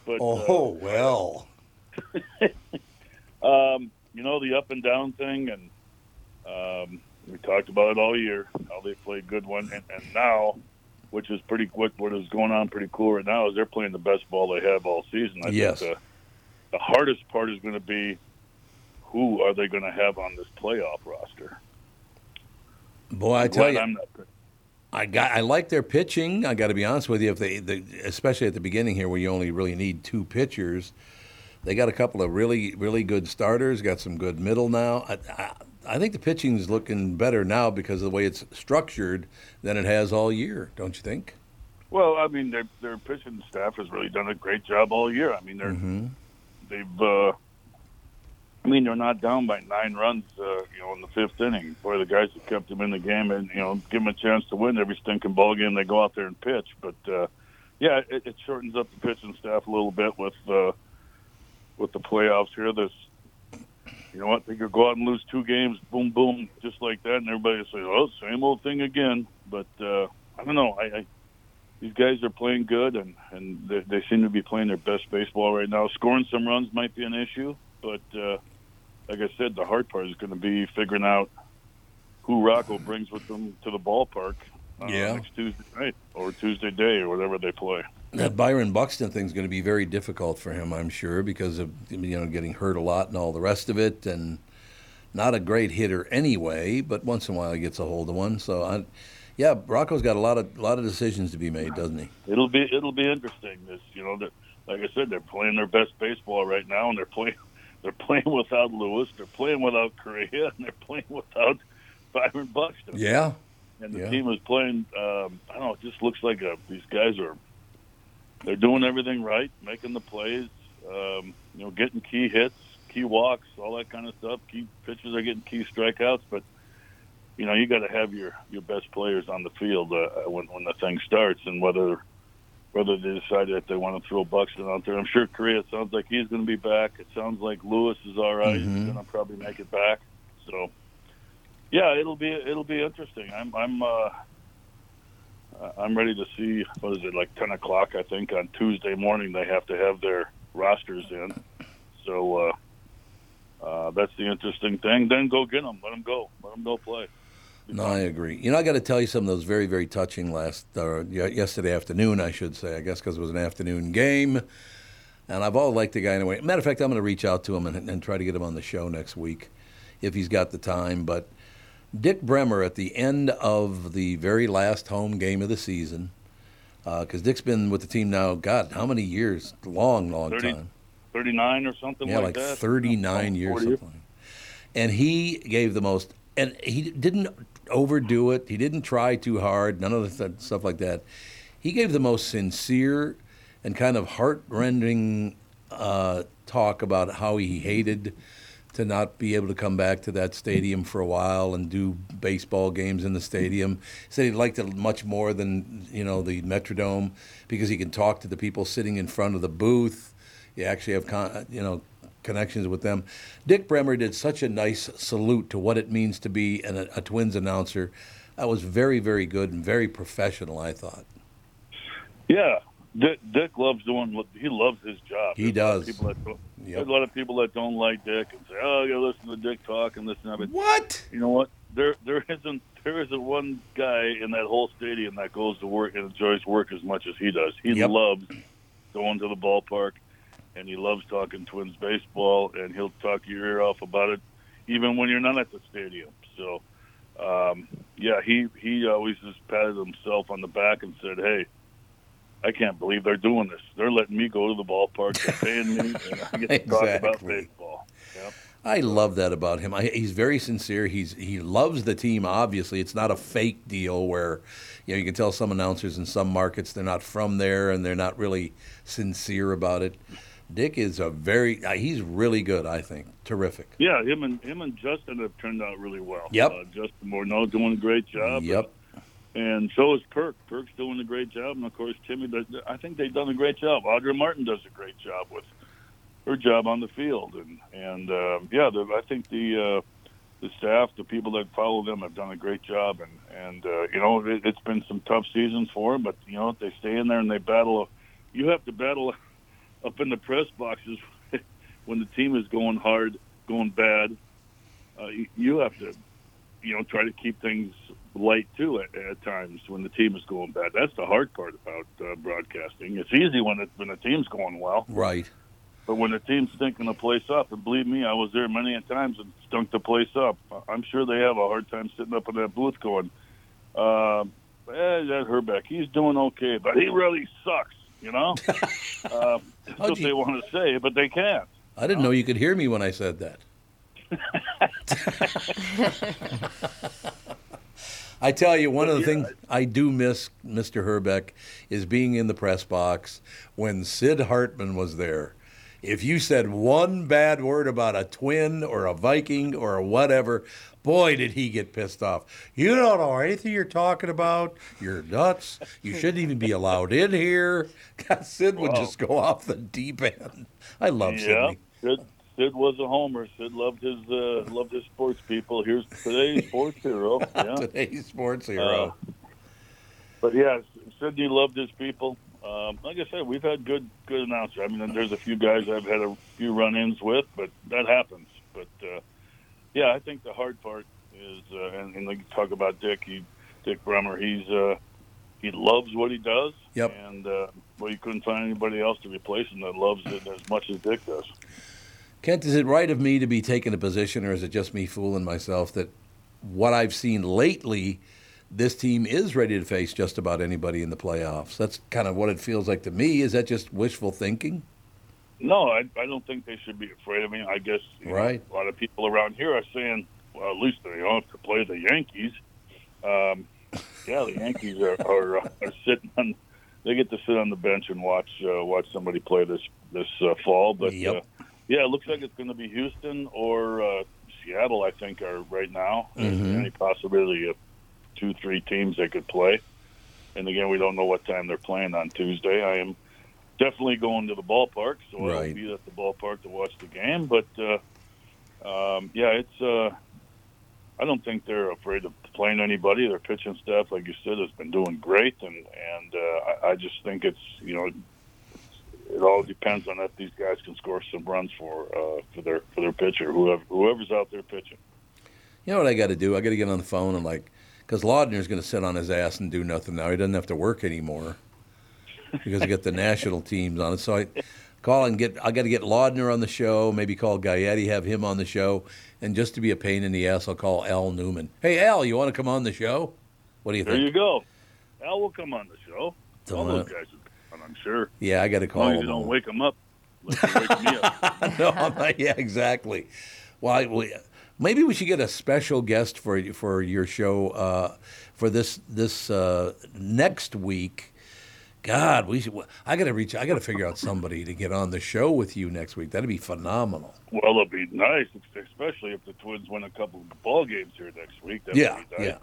S9: but
S2: Oh, well.
S9: uh, um, you know the up and down thing, and um, we talked about it all year. How they played good one, and, and now, which is pretty what what is going on pretty cool right now is they're playing the best ball they have all season. I
S2: Yes.
S9: think the, the hardest part is going to be who are they going to have on this playoff roster.
S2: Boy, I tell
S9: Glad
S2: you,
S9: I'm not
S2: I got. I like their pitching. I got to be honest with you. If they, the, especially at the beginning here, where you only really need two pitchers, they got a couple of really, really good starters. Got some good middle now. I, I, I think the pitching's looking better now because of the way it's structured than it has all year. Don't you think?
S9: Well, I mean, their their pitching staff has really done a great job all year. I mean, they're
S2: Mm-hmm.
S9: they've, uh, I mean, they're not down by nine runs, uh, you know, in the fifth inning. Boy, the guys that kept them in the game and you know give them a chance to win every stinking ball game they go out there and pitch. But uh, yeah, it, it shortens up the pitching staff a little bit with uh, with the playoffs here. This. You know what? They could go out and lose two games, boom, boom, just like that, and everybody will say, "Oh, same old thing again." But uh, I don't know. I, I these guys are playing good and and they, they seem to be playing their best baseball right now. Scoring some runs might be an issue, but uh, like I said, the hard part is going to be figuring out who Rocco brings with them to the ballpark uh,
S2: Yeah.
S9: next Tuesday night or Tuesday day or whatever they play.
S2: That Byron Buxton thing's going to be very difficult for him, I'm sure, because of you know getting hurt a lot and all the rest of it, and not a great hitter anyway. But once in a while, he gets a hold of one. So, I, yeah, Rocco's got a lot of lot of decisions to be made, doesn't he?
S9: It'll be it'll be interesting. This you know that like I said, they're playing their best baseball right now, and they're playing they're playing without Lewis, they're playing without Correa, and they're playing without Byron Buxton.
S2: Yeah.
S9: and the
S2: Yeah.
S9: team is playing. Um, I don't know. It just looks like a, these guys are they're doing everything right, making the plays, um, you know, getting key hits, key walks, all that kind of stuff. Key pitchers are getting key strikeouts, but you know, you got to have your your best players on the field uh, when when the thing starts, and whether whether they decide that they want to throw Buxton out there. I'm sure Korea it sounds like he's going to be back. It sounds like Lewis is all right. He's
S2: Mhm.
S9: going to probably make it back. So, yeah, it'll be it'll be interesting. I'm I'm uh, I'm ready to see what is it like 10 o'clock? I think on Tuesday morning they have to have their rosters in. So uh, uh, that's the interesting thing. Then go get them. Let them go. Let them go play.
S2: No, I agree. You know, I got to tell you something that was very, very touching last or y- yesterday afternoon, I should say. I guess because it was an afternoon game, and I've always liked the guy anyway. Matter of fact, I'm going to reach out to him and, and try to get him on the show next week if he's got the time. But Dick Bremer at the end of the very last home game of the season, because Dick's been with the team now, God, how many years? Long, long
S9: 30
S2: time.
S9: 39 or something
S2: yeah,
S9: like,
S2: like,
S9: that.
S2: 39 years,
S9: 40
S2: something. like that. And he gave the most, and he didn't overdo it. He didn't try too hard. None of the th- stuff like that. He gave the most sincere and kind of heartrending uh, talk about how he hated to not be able to come back to that stadium for a while and do baseball games in the stadium. Said he liked it much more than you know the Metrodome because he can talk to the people sitting in front of the booth. You actually have con- uh, you know connections with them. Dick Bremer did such a nice salute to what it means to be an, a Twins announcer. That was very very good and very professional. I thought.
S9: Yeah, Dick, Dick loves doing. He loves his job.
S2: He does.
S9: People that don't,
S2: Yep.
S9: There's a lot of people that don't like Dick and say, "Oh, you listen to Dick talk and listen to everything."
S2: What?
S9: You know what? There, there isn't, there isn't one guy in that whole stadium that goes to work and enjoys work as much as he does. He
S2: Yep.
S9: loves going to the ballpark, and he loves talking Twins baseball, and he'll talk your ear off about it, even when you're not at the stadium. So, um, yeah, he he always just patted himself on the back and said, "Hey." I can't believe they're doing this. They're letting me go to the ballpark. They're paying me, and I get to talk about
S2: Exactly.
S9: baseball. Yep.
S2: I love that about him. I, he's very sincere. He's he loves the team. Obviously, it's not a fake deal where, you know, you can tell some announcers in some markets they're not from there and they're not really sincere about it. Dick is a very uh, he's really good. I think terrific.
S9: Yeah, him and him and Justin have turned out really well.
S2: Yep.
S9: Uh, Justin Morneau doing a great job.
S2: Yep.
S9: And so is Kirk. Kirk's doing a great job, and of course Timmy does. I think they've done a great job. Audra Martin does a great job with her job on the field, and and um yeah, the, I think the uh, the staff, the people that follow them, have done a great job. And and uh, you know it, it's been some tough seasons for them, but you know they stay in there and they battle. You have to battle up in the press boxes when the team is going hard, going bad, uh, you, you have to, you know, try to keep things light too at, at times when the team is going bad. That's the hard part about uh, broadcasting. It's easy when it, when the team's going well,
S2: Right.
S9: but when the team's stinking the place up, and believe me, I was there many a times and stunk the place up. I- I'm sure they have a hard time sitting up in that booth going, uh, eh, that Herbeck, he's doing okay, but he really sucks. You know, uh, that's what they want to say, but they can't.
S2: I didn't know you could hear me when I said that. I tell you, one of the things I do miss Mr. Herbeck is being in the press box when Sid Hartman was there. If you said one bad word about a twin or a Viking or a whatever, boy, did he get pissed off. You don't know anything you're talking about. You're nuts. You shouldn't even be allowed in here. God, Sid would
S9: Wow.
S2: just go off the deep end. I love
S9: yeah.
S2: Sidney.
S9: Sid, Sid was a homer. Sid loved his uh, loved his sports people. Here's today's sports hero. Yeah. Uh.
S2: today's sports hero.
S9: but yeah, Sidney loved his people. Um, like I said, we've had good good announcers. I mean, there's a few guys I've had a few run-ins with, but that happens. But uh, yeah, I think the hard part is, uh, and, and like you talk about Dick, he, Dick Brummer, he's uh, he loves what he does.
S2: Yep.
S9: And uh, well, you couldn't find anybody else to replace him that loves it as much as Dick does.
S2: Kent, is it right of me to be taking a position, or is it just me fooling myself that what I've seen lately, this team is ready to face just about anybody in the playoffs? That's kind of what it feels like to me. Is that just wishful thinking?
S9: No, I, I don't think they should be afraid. I mean, I guess you know,
S2: Right.
S9: a lot of people around here are saying, well, at least they don't have to play the Yankees. Um, yeah, the Yankees are, are, uh, are sitting on. They get to sit on the bench and watch uh, watch somebody play this this uh, fall. But
S2: Yep.
S9: uh, yeah, it looks like it's going to be Houston or uh, Seattle. I think are right now. There's
S2: Mhm.
S9: Any possibility of two, three teams they could play. And again, we don't know what time they're playing on Tuesday. I am definitely going to the ballpark, so I'll
S2: Right.
S9: be at the ballpark to watch the game. But uh, um, yeah, it's. Uh, I don't think they're afraid of playing anybody. Their pitching staff, like you said, has been doing great, and and uh, I, I just think it's you know it all depends on if these guys can score some runs for uh, for their for their pitcher, whoever whoever's out there pitching.
S2: You know what I got to do? I got to get on the phone and like, because Laudner's going to sit on his ass and do nothing now. He doesn't have to work anymore because I got the national teams on it. So I call and get. I got to get Laudner on the show. Maybe call Gaetti, have him on the show, and just to be a pain in the ass, I'll call Al Newman. Hey Al, you want to come on the show? What do you
S9: There
S2: think?
S9: you go. Al will come on the show.
S2: Don't
S10: Uh,
S9: all those
S2: know.
S9: guys, will come on, I'm sure.
S2: Yeah, I got to
S9: As
S2: call
S9: long as you
S2: him.
S9: don't wake them up. Let them wake me up.
S2: no, I'm not, yeah, exactly. Well, I, well, maybe we should get a special guest for for your show uh, for this this uh, next week. God, we should. I gotta reach. I gotta figure out somebody to get on the show with you next week. That'd be phenomenal.
S9: Well, it'll be nice, especially if the Twins win a couple of ball games here next week. That
S2: Yeah,
S9: would be nice.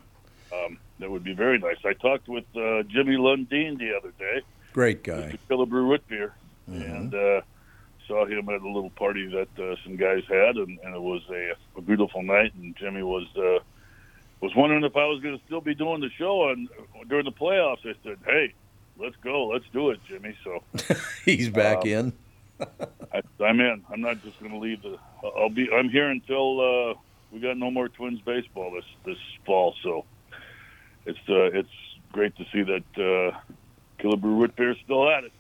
S9: Um, that would be very nice. I talked with uh, Jimmy Lundeen the other day,
S2: Great guy.
S9: Killebrew Root Beer,
S2: Mm-hmm.
S9: and uh, saw him at a little party that uh, some guys had, and, and it was a, a beautiful night. And Jimmy was uh, was wondering if I was going to still be doing the show on during the playoffs. I said, "Hey, let's go, let's do it, Jimmy. So
S2: He's back
S9: Um,
S2: in.
S9: I, I'm in. I'm not just going to leave the. I'll be. I'm here until uh, we got no more Twins baseball this this fall. So it's uh, it's great to see that uh, Killebrew Root Beer's still at it.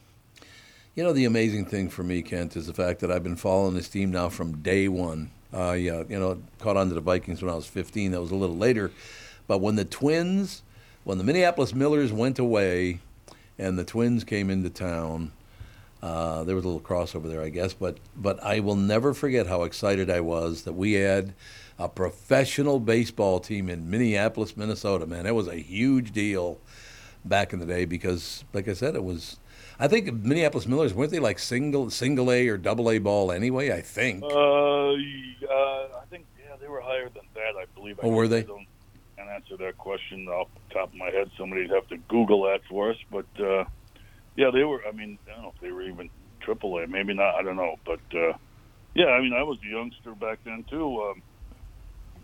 S2: You know, the amazing thing for me, Kent, is the fact that I've been following this team now from day one. Uh, yeah, you know, caught on to the Vikings when I was 15. That was a little later. But when the Twins, when the Minneapolis Millers went away and the Twins came into town, uh, there was a little crossover there, I guess. But, but I will never forget how excited I was that we had a professional baseball team in Minneapolis, Minnesota. Man, that was a huge deal back in the day because, like I said, it was. I think Minneapolis Millers weren't they like single single A or double A ball anyway? I think.
S9: Uh, uh, I think yeah, they were higher than that. I believe. I
S2: Oh, were they?
S9: Don't can't answer that question off the top of my head. Somebody'd have to Google that for us. But uh, yeah, they were. I mean, I don't know if they were even triple A. Maybe not. I don't know. But uh, yeah, I mean, I was a youngster back then too. Um,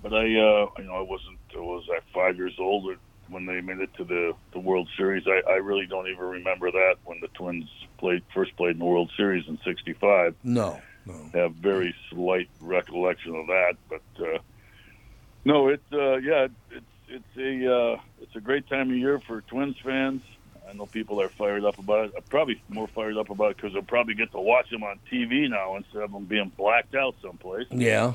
S9: but I, uh, you know, I wasn't. I was I five years old when they made it to the the World Series. I, I really don't even remember that when the Twins played first played in the World Series in '65
S2: No.
S9: have very slight recollection of that, but uh, no, it's uh, yeah, it's it's a uh, it's a great time of year for Twins fans. I know people are fired up about it. I'm probably more fired up about it because they'll probably get to watch them on TV now instead of them being blacked out someplace.
S2: Yeah.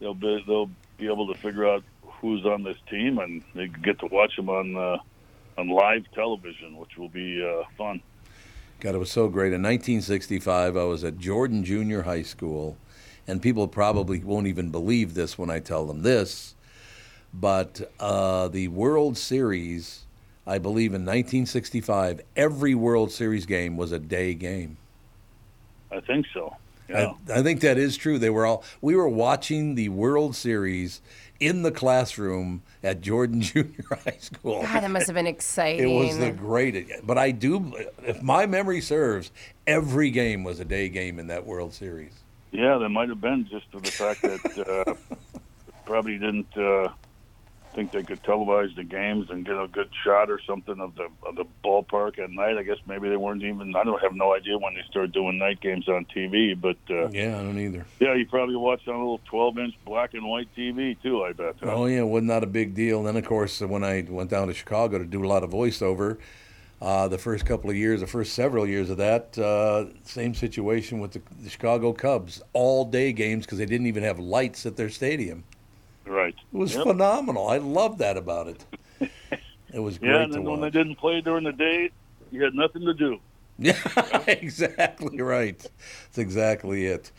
S9: They'll be they'll be able to figure out who's on this team and they can get to watch them on uh, on live television, which will be uh, fun.
S2: God, it was so great. In 1965, I was at Jordan Junior High School, and people probably won't even believe this when I tell them this, but uh, the World Series, I believe in 1965, every World Series game was a day game.
S9: I think so. Yeah.
S2: I, I think that is true. They were all we were watching the World Series in the classroom at Jordan Junior High School.
S4: God, that must have been
S2: It
S4: exciting.
S2: was the greatest. But I do, if my memory serves, every game was a day game in that World Series.
S9: Yeah, there might have been just to the fact that uh, probably didn't uh, think they could televise the games and get a good shot or something of the of the ballpark at night. I guess maybe they weren't even. I don't have no idea when they started doing night games on TV, but uh,
S2: Yeah, I don't either.
S9: yeah, you probably watched on a little twelve inch black and white TV too. I bet. huh?
S2: Oh yeah, was not a big deal. And then of course, when I went down to Chicago to do a lot of voiceover, uh, the first couple of years, the first several years of that, uh, same situation with the, the Chicago Cubs, all day games because they didn't even have lights at their stadium.
S9: Right.
S2: It was
S9: Yep.
S2: phenomenal. I love that about it. It was great
S9: Yeah, and
S2: to
S9: then
S2: watch.
S9: when they didn't play during the day, you had nothing to do.
S2: Yeah, exactly right. That's exactly it.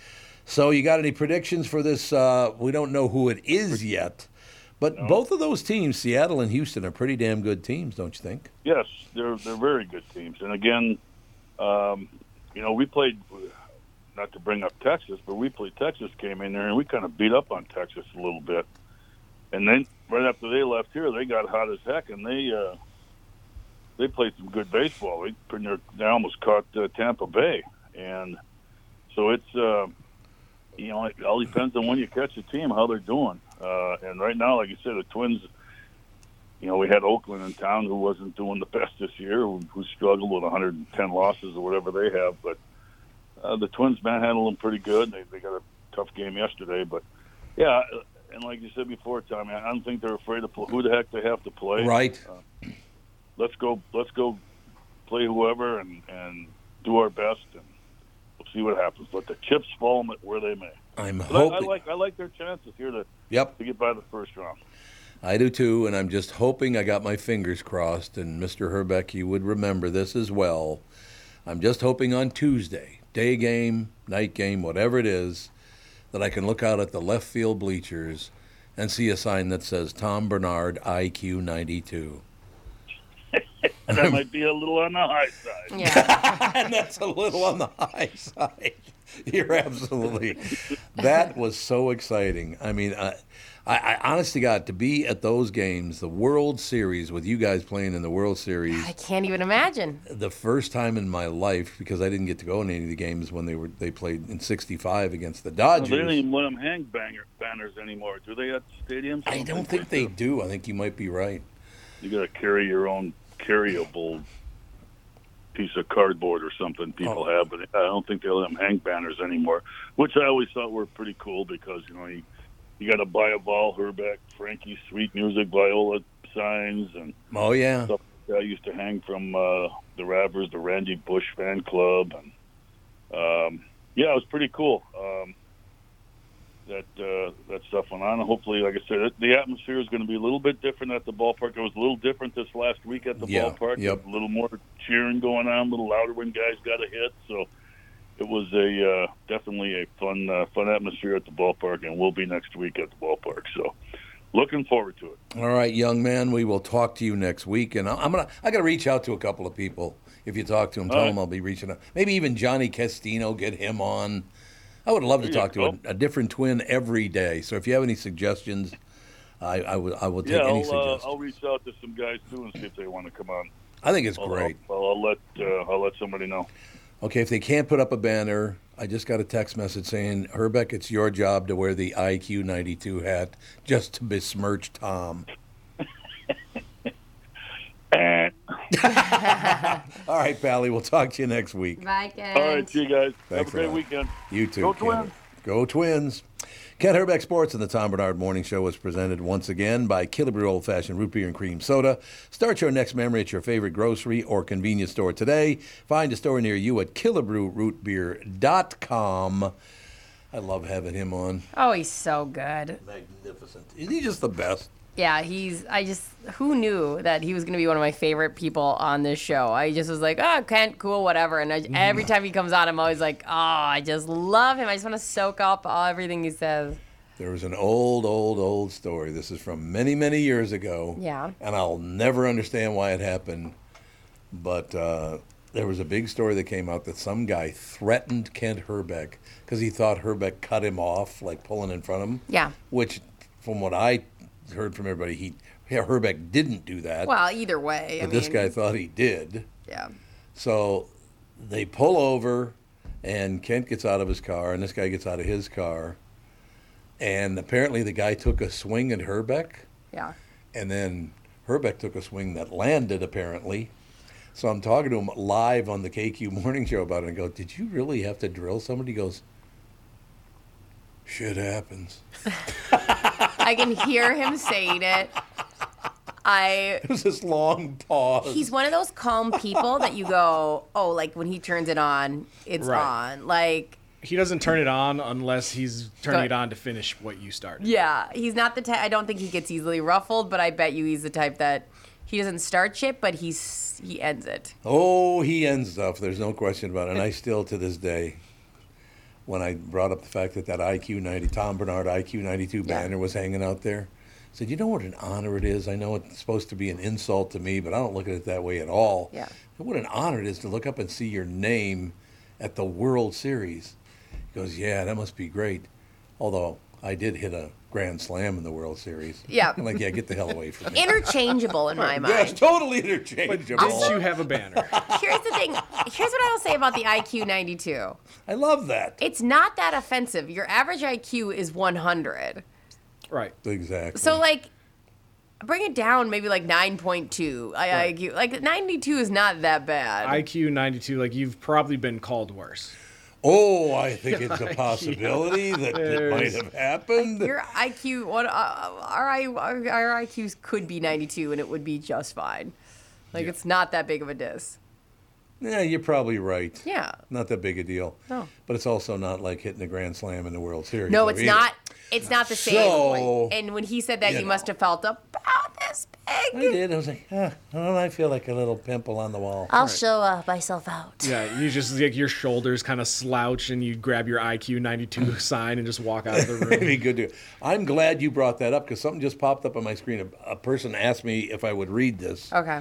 S2: So, you got any predictions for this? Uh, we don't know who it is yet, but both of those teams, Seattle and Houston, are pretty damn good teams, don't you think?
S9: Yes, they're they're very good teams. And again, um, you know, we played. Not to bring up Texas, but we played Texas. Came in there and we kind of beat up on Texas a little bit. And then right after they left here, they got hot as heck, and they uh, they played some good baseball. They pretty near they almost caught uh, Tampa Bay, and so it's uh, you know it all depends on when you catch a team how they're doing. Uh, and right now, like you said, the Twins you know, we had Oakland in town who wasn't doing the best this year, who, who struggled with 110 losses or whatever they have. But uh, the Twins manhandled them pretty good. They, they got a tough game yesterday. But, yeah, and like you said before, Tommy, I don't think they're afraid of pl- who the heck they have to play.
S2: Right.
S9: Uh, let's go. Let's go play whoever and, and do our best, and we'll see what happens. Let the chips fall where they may.
S2: I'm
S9: But I, I
S2: hoping.
S9: like I like their chances here to
S2: Yep.
S9: to get by the first round.
S2: I do too, and I'm just hoping I got my fingers crossed. And Mr. Herbeck, you would remember this as well. I'm just hoping on Tuesday, day game, night game, whatever it is, that I can look out at the left field bleachers and see a sign that says Tom Bernard IQ 92.
S9: That might be a little on the high side.
S2: Yeah. and that's a little on the high side. You're absolutely. That was so exciting. I mean, I, I, I honestly got to be at those games, the World Series, with you guys playing in the World Series
S4: I can't even imagine.
S2: the first time in my life because I didn't get to go in any of the games when they were they played in '65 against the
S9: Well,
S2: Dodgers.
S9: they don't even let them hang banger, banners anymore, do they? At stadiums,
S2: I don't think they do. I think you might be right.
S9: You got to carry your own carryable piece of cardboard or something people
S2: Oh.
S9: have, but I don't think they let them hang banners anymore, which I always thought were pretty cool because you know you you got to buy a Val Herbeck, Frankie Sweet Music, Viola signs, and
S2: Oh, yeah.
S9: stuff that I used to hang from uh, the rappers, the Randy Bush fan club, and um, yeah, it was pretty cool. Um, that uh, that stuff went on. Hopefully, like I said, the atmosphere is going to be a little bit different at the ballpark. It was a little different this last week at the
S2: Yeah,
S9: ballpark.
S2: yep.
S9: A little more cheering going on, a little louder when guys got a hit. So it was a uh, definitely a fun uh, fun atmosphere at the ballpark, and will be next week at the ballpark. So looking forward to it.
S2: All right, young man, we will talk to you next week, and I- I'm gonna I gotta reach out to a couple of people. If you talk to them, tell
S9: All right.
S2: them I'll be reaching out. Maybe even Johnny Castino, get him on. I would love to
S9: There you
S2: talk to a, a different twin every day. So if you have any suggestions, I, I will I will take
S9: yeah,
S2: any
S9: I'll, uh,
S2: suggestions.
S9: I'll reach out to some guys too and see if they want to come on.
S2: I think it's
S9: I'll-
S2: great.
S9: I'll, I'll let uh, I'll let somebody know.
S2: Okay, if they can't put up a banner, I just got a text message saying, Herbeck, it's your job to wear the IQ 92 hat just to besmirch Tom. All right, Pally, we'll talk to you next week.
S4: Bye, guys.
S9: All right, see you guys.
S2: Thanks
S9: Have a great
S2: lot.
S9: weekend.
S2: You too.
S9: Go
S2: Ken.
S9: Twins.
S2: Go Twins. Ken Herbeck Sports and the Tom Bernard Morning Show was presented once again by Killebrew Old Fashioned Root Beer and Cream Soda. Start your next memory at your favorite grocery or convenience store today. Find a store near you at killebrewrootbeer.com. I love having him on.
S4: Oh, he's so good.
S2: Magnificent. Isn't he just the best?
S4: Yeah, he's. I just. Who knew that he was going to be one of my favorite people on this show? I just was like, oh, Kent, cool, whatever. And I, every time he comes on, I'm always like, oh, I just love him. I just want to soak up all, everything he says.
S2: There was an old, old, old story. This is from many, many years ago.
S4: Yeah.
S2: And I'll never understand why it happened. But uh, there was a big story that came out that some guy threatened Kent Herbeck because he thought Herbeck cut him off, like pulling in front of him.
S4: Yeah.
S2: Which, from what I heard from everybody, he yeah, Herbeck didn't do that.
S4: Well, either way.
S2: but
S4: I
S2: this
S4: mean,
S2: guy thought he did.
S4: Yeah.
S2: So they pull over, and Kent gets out of his car, and this guy gets out of his car. And apparently, the guy took a swing at Herbeck,
S4: Yeah.
S2: and then Herbeck took a swing that landed, apparently. So I'm talking to him live on the KQ Morning Show about it, and I go, Did you really have to drill somebody? He goes, Shit happens.
S4: I can hear him saying it. I.
S2: It was this long pause.
S4: He's one of those calm people that you go, oh, like when he turns it on, it's
S5: Right.
S4: on. Like,
S5: He doesn't turn it on unless he's turning it on to finish what you started.
S4: yeah, he's not the type. I don't think he gets easily ruffled, but I bet you he's the type that he doesn't start shit, but he's he ends it.
S2: Oh, he ends stuff. There's no question about it. And I still, to this day, when I brought up the fact that that IQ 90, Tom Bernard IQ 92 banner was hanging out there, I said, You know what an honor it is? I know it's supposed to be an insult to me, but I don't look at it that way at all.
S4: Yeah.
S2: And what an honor it is to look up and see your name at the World Series. He goes, Yeah, that must be great. Although I did hit a grand slam in the World Series.
S4: Yeah.
S2: I'm like, Yeah, get the hell away from me.
S4: Interchangeable in my
S2: Yes,
S4: mind.
S2: totally interchangeable.
S5: Did you have a banner?
S4: Here's the thing. Here's what I'll say about the IQ 92.
S2: I love that.
S4: It's not that offensive. Your average IQ is 100.
S5: Right.
S2: Exactly.
S4: So like, bring it down maybe like nine point two. I
S5: Right.
S4: IQ like ninety two is not that bad.
S5: IQ 92, like you've probably been called worse.
S2: Oh, I think it's a possibility that it might
S5: There's-
S2: have happened.
S4: Your IQ what uh, our, I- our our IQs could be ninety two and it would be just fine. Like it's not that big of a diss.
S2: Yeah, you're probably right.
S4: Yeah.
S2: Not that big a deal.
S4: No.
S2: But it's also not like hitting a grand slam in the World Series.
S4: No,
S2: though,
S4: it's
S2: either.
S4: not. It's not the same.
S2: So,
S4: Like, and when he said that,
S2: you
S4: you must have felt about this
S2: I
S4: big.
S2: did. I was like, huh, why don't I feel like a little pimple on the wall?
S4: show uh, myself out.
S5: Yeah, you just like your shoulders kind of slouch and you grab your IQ 92 sign and just walk out of the
S2: It'd
S5: room.
S2: be good to. I'm glad you brought that up because something just popped up on my screen. A, a person asked me if I would read this.
S4: Okay.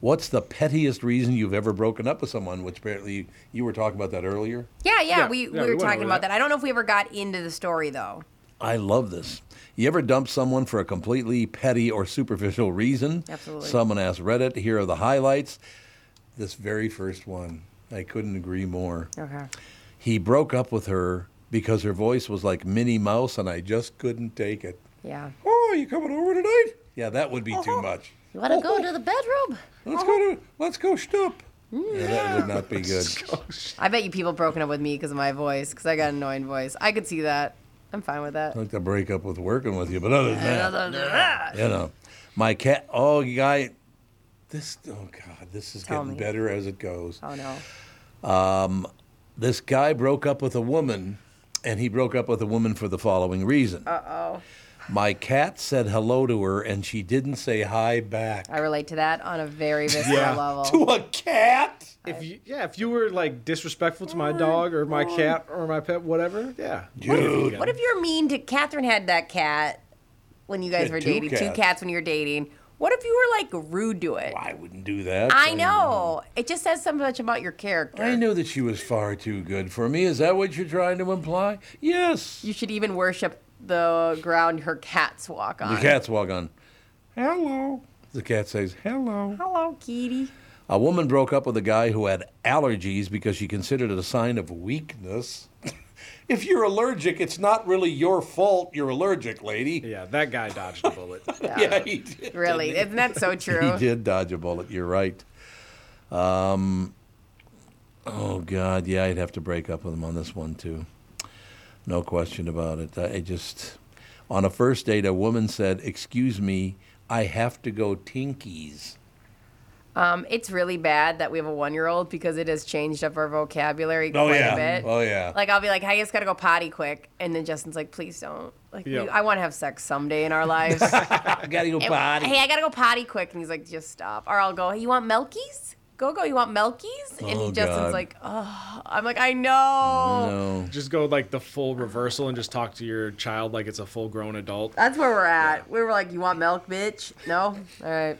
S2: What's the pettiest reason you've ever broken up with someone? Which apparently you, you were talking about that earlier.
S4: Yeah, yeah,
S5: Yeah,
S4: we,
S5: yeah,
S4: we
S5: we
S4: were
S5: went
S4: talking
S5: over
S4: about
S5: that.
S4: that. I don't know if we ever got into the story though.
S2: I love this. You ever dump someone for a completely petty or superficial reason?
S4: Absolutely.
S2: Someone asked Reddit, here are the highlights. This very first one, I couldn't agree more.
S4: Okay.
S2: He broke up with her because her voice was like Minnie Mouse and I just couldn't take it.
S4: Yeah.
S2: Oh, you coming over tonight? Yeah, that would be too much.
S4: You want to go to the bedroom?
S2: Let's go to let's go stoop. Yeah, that would not be good.
S4: I bet you people broken up with me because of my voice, because I got an annoying voice. I could see that. I'm fine with that.
S2: I like to break up with working with you, but other than that,
S4: Other than that-
S2: you know, my cat. Oh, you guy, this. Oh God, this is
S4: Tell
S2: getting
S4: me.
S2: better as it goes.
S4: Oh no.
S2: Um, this guy broke up with a woman, and he broke up with a woman for the following reason:
S4: Uh oh.
S2: my cat said hello to her, and she didn't say hi back.
S4: I relate to that on a very visceral
S5: Yeah.
S4: level.
S2: To a cat?
S5: If you, yeah, if you were like disrespectful to my dog or my cat or my pet, whatever, yeah.
S2: Dude.
S4: What if you're mean to Catherine? Had that cat when you guys
S5: Yeah,
S4: were
S5: two
S4: dating? Two
S2: cats.
S4: cats when you were dating. What if you were like rude to it?
S2: I wouldn't do that.
S4: I know. It just says so much about your character.
S2: I knew that she was far too good for me. Is that what you're trying to imply? Yes.
S4: You should even worship the ground her cats walk on.
S2: The cat's walk on.
S4: Hello.
S2: The cat says, Hello.
S4: Hello, kitty.
S2: A woman broke up with a guy who had allergies because she considered it a sign of weakness. if you're allergic, it's not really your fault you're allergic, lady. Yeah, that guy dodged a bullet. yeah. he did.
S4: Really? Isn't that so true?
S2: He did dodge a bullet. You're right. Um, oh God, yeah, I'd have to break up with him on this one too. No question about it. I I just, on a first date, a woman said, "Excuse me, I have to go Tinkies."
S4: Um, it's really bad that we have a one-year-old because it has changed up our vocabulary
S2: Oh,
S4: quite
S2: yeah.
S4: a bit.
S2: Oh, yeah.
S4: Like I'll be like, "I just gotta go potty quick," and then Justin's like, "Please don't." Like we-
S2: Yeah.
S4: I want to have sex someday in our lives.
S2: I gotta go
S4: And-
S2: potty.
S4: Hey, I gotta go potty quick, and he's like, "Just stop," or I'll go. Hey, you want Melkies? Go go. You want Melkies? And
S5: Oh,
S4: Justin's
S5: God.
S4: like, "Oh," I'm like, "I know."
S5: Just go like the full reversal and just talk to your child like it's a full grown adult.
S4: That's where we're at. We were like, "You want milk, bitch?" No. All right.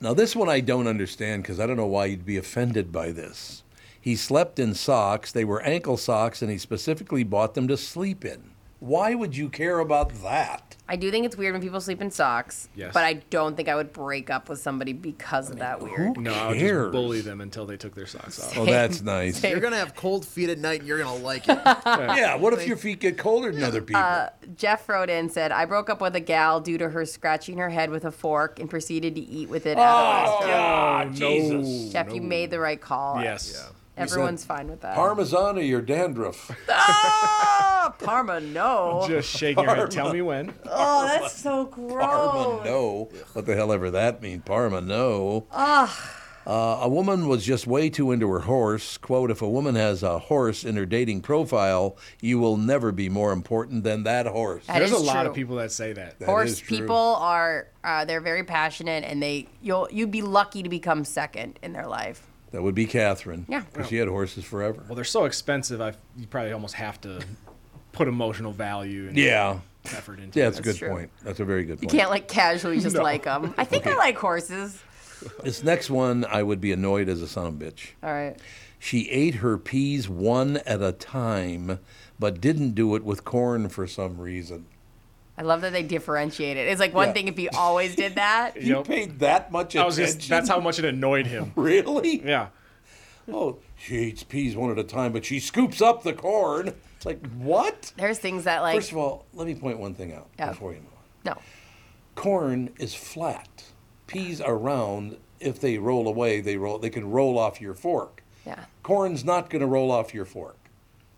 S2: Now, this one I don't understand because I don't know why you'd be offended by this. He slept in socks, they were ankle socks, and he specifically bought them to sleep in. Why would you care about that?
S4: I do think it's weird when people sleep in socks.
S2: Yes.
S4: But I don't think I would break up with somebody because of that weird.
S5: No, I would
S2: cares?
S5: just bully them until they took their socks off.
S2: Oh, that's nice.
S3: You're gonna have cold feet at night, and you're gonna like it.
S2: yeah, what if your feet get colder than other people?
S4: Uh, Jeff wrote in said, "I broke up with a gal due to her scratching her head with a fork and proceeded to eat with it." out of
S2: Oh,
S4: the
S2: God,
S4: restaurant."
S2: Jesus.
S4: Jeff, you
S2: No.
S4: made the right call.
S2: Yes. Yeah. You said
S4: Uh, Everyone's fine with that.
S2: Parmesan or your dandruff?
S4: Ah, Parma, no.
S5: Just shake your head. Tell
S2: Parma.
S5: me when.
S4: Oh, that's so gross.
S2: Parma, no. What the hell ever that mean? Parma, no.
S4: Ugh.
S2: Uh, a woman was just way too into her horse. Quote, if a woman has a horse in her dating profile, you will never be more important than that horse.
S4: That There's a is lot of true.
S5: People that say that.
S2: That is
S4: Horse
S2: true.
S4: people are uh, they're very passionate and they you'll you'd be lucky to become second in their life.
S2: That would be Catherine.
S4: Yeah.
S2: Because she had horses forever.
S5: Well, they're so expensive. I you probably almost have to put emotional value. And
S2: Yeah.
S5: Effort into.
S2: Yeah,
S5: it.
S2: that's, a good point. That's a very good
S4: You
S2: point.
S4: can't like casually just like 'em. like them. I think I like horses.
S2: This next one, I would be annoyed as a son of a bitch.
S4: All right.
S2: She ate her peas one at a time, but didn't do it with corn for some reason.
S4: I love that they differentiate it. It's like one
S2: Yeah.
S4: thing if you always did that.
S2: You paid that much
S5: I
S2: attention.
S5: was just, that's how much it annoyed him.
S2: really?
S5: Yeah.
S2: Oh, she eats peas one at a time, but she scoops up the corn. It's like what?
S4: There's things that like
S2: First of all, let me point one thing out
S4: Yeah.
S2: before you move on.
S4: No.
S2: Corn is flat. Peas are round. If they roll away, they roll. They can roll off your fork.
S4: Yeah.
S2: Corn's not going to roll off your fork.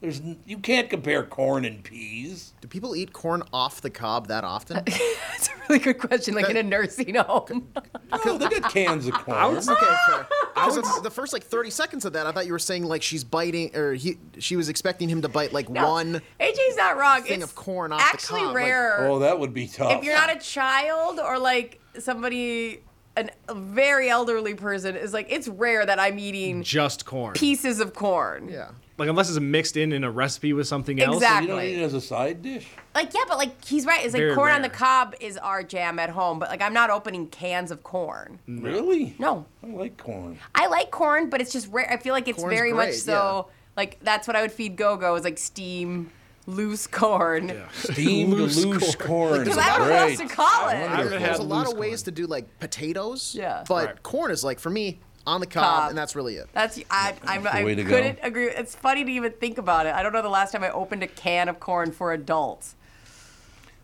S2: There's n- you can't compare corn and peas.
S3: Do people eat corn off the cob that often?
S4: That's a really good question. Like in a nursing home.
S2: no, they got cans of corn.
S3: okay,
S4: Ah!
S3: fair. 'Cause the- the first like 30 seconds of that, I thought you were saying like she's biting, or he, she was expecting him to bite like
S4: No,
S3: one.
S4: AJ's not wrong.
S3: Thing
S4: It's
S3: of corn off
S4: actually
S3: the cob. like-
S4: rare.
S2: Oh, that would be tough.
S4: if you're not a child or like somebody an, a very elderly person is like it's rare that i'm eating
S3: Mm.
S5: Just corn.
S4: pieces of corn yeah
S5: Like unless it's mixed in in a recipe with something else.
S4: Exactly. You don't eat
S2: it as a side dish.
S4: like yeah but like he's right it's like
S5: Very
S4: corn on
S5: rare.
S4: the cob is our jam at home but like i'm not opening cans of corn
S2: Really?
S4: No.
S2: I like corn.
S4: i like corn but it's just rare i feel like it's
S2: Corn's
S4: very much
S2: great,
S4: so like that's what i would feed go-go is like steam loose corn
S2: Steamed loose, corn. is
S4: Because I don't know what else
S2: great.
S4: to call it.
S2: Wonderful.
S3: There's a lot of ways to do like potatoes. Yeah. But corn is like for me on the cob,
S4: Cob.
S3: and that's really it.
S4: That's I. I'm,
S3: That's the
S4: I
S3: way to go.
S4: couldn't agree. It's funny to even think about it. I don't know the last time I opened a can of corn for adults.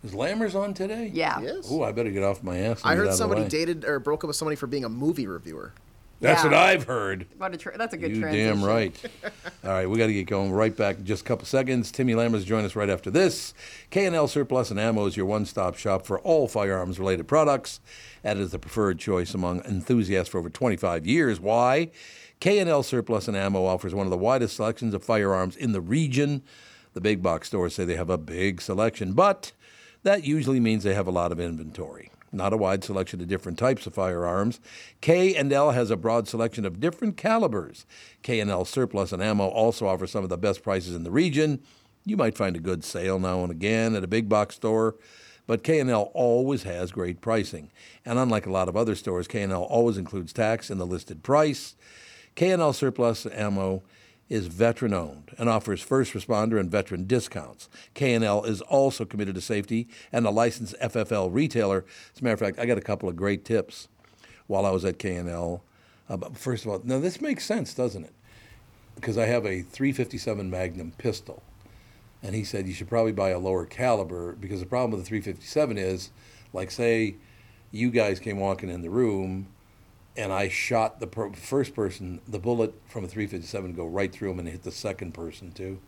S2: Is Lammers on today?
S4: Yeah.
S3: Yes.
S2: Oh, I better get off my ass. and get
S3: I
S2: out of
S3: heard
S2: the
S3: somebody
S2: way.
S3: dated or broke up with somebody for being a movie reviewer.
S2: That's
S4: Yeah.
S2: what I've heard.
S4: What a tr- that's a good
S2: you
S4: transition.
S2: damn right. All right, we got to get going. We're right back in just a couple seconds. Timmy Lammers join us right after this. K&L Surplus and Ammo is your one-stop shop for all firearms-related products. That is the preferred choice among enthusiasts for over 25 years. Why? K&L Surplus and Ammo offers one of the widest selections of firearms in the region. The big box stores say they have a big selection, but that usually means they have a lot of inventory. Not a wide selection of different types of firearms. K&L has a broad selection of different calibers. K&L Surplus and Ammo also offers some of the best prices in the region. You might find a good sale now and again at a big box store, but K&L always has great pricing. And unlike a lot of other stores, K&L always includes tax in the listed price. K&L Surplus Ammo is veteran owned and offers first responder and veteran discounts. K&L is also committed to safety and a licensed FFL retailer. As a matter of fact, I got a couple of great tips while I was at K&L. Uh, but first of all, now this makes sense, doesn't it? Because I have a 357 Magnum pistol. And he said you should probably buy a lower caliber because the problem with the 357 is, like, say you guys came walking in the room and I shot the per- first person, the bullet from a 357 go right through him and hit the second person too.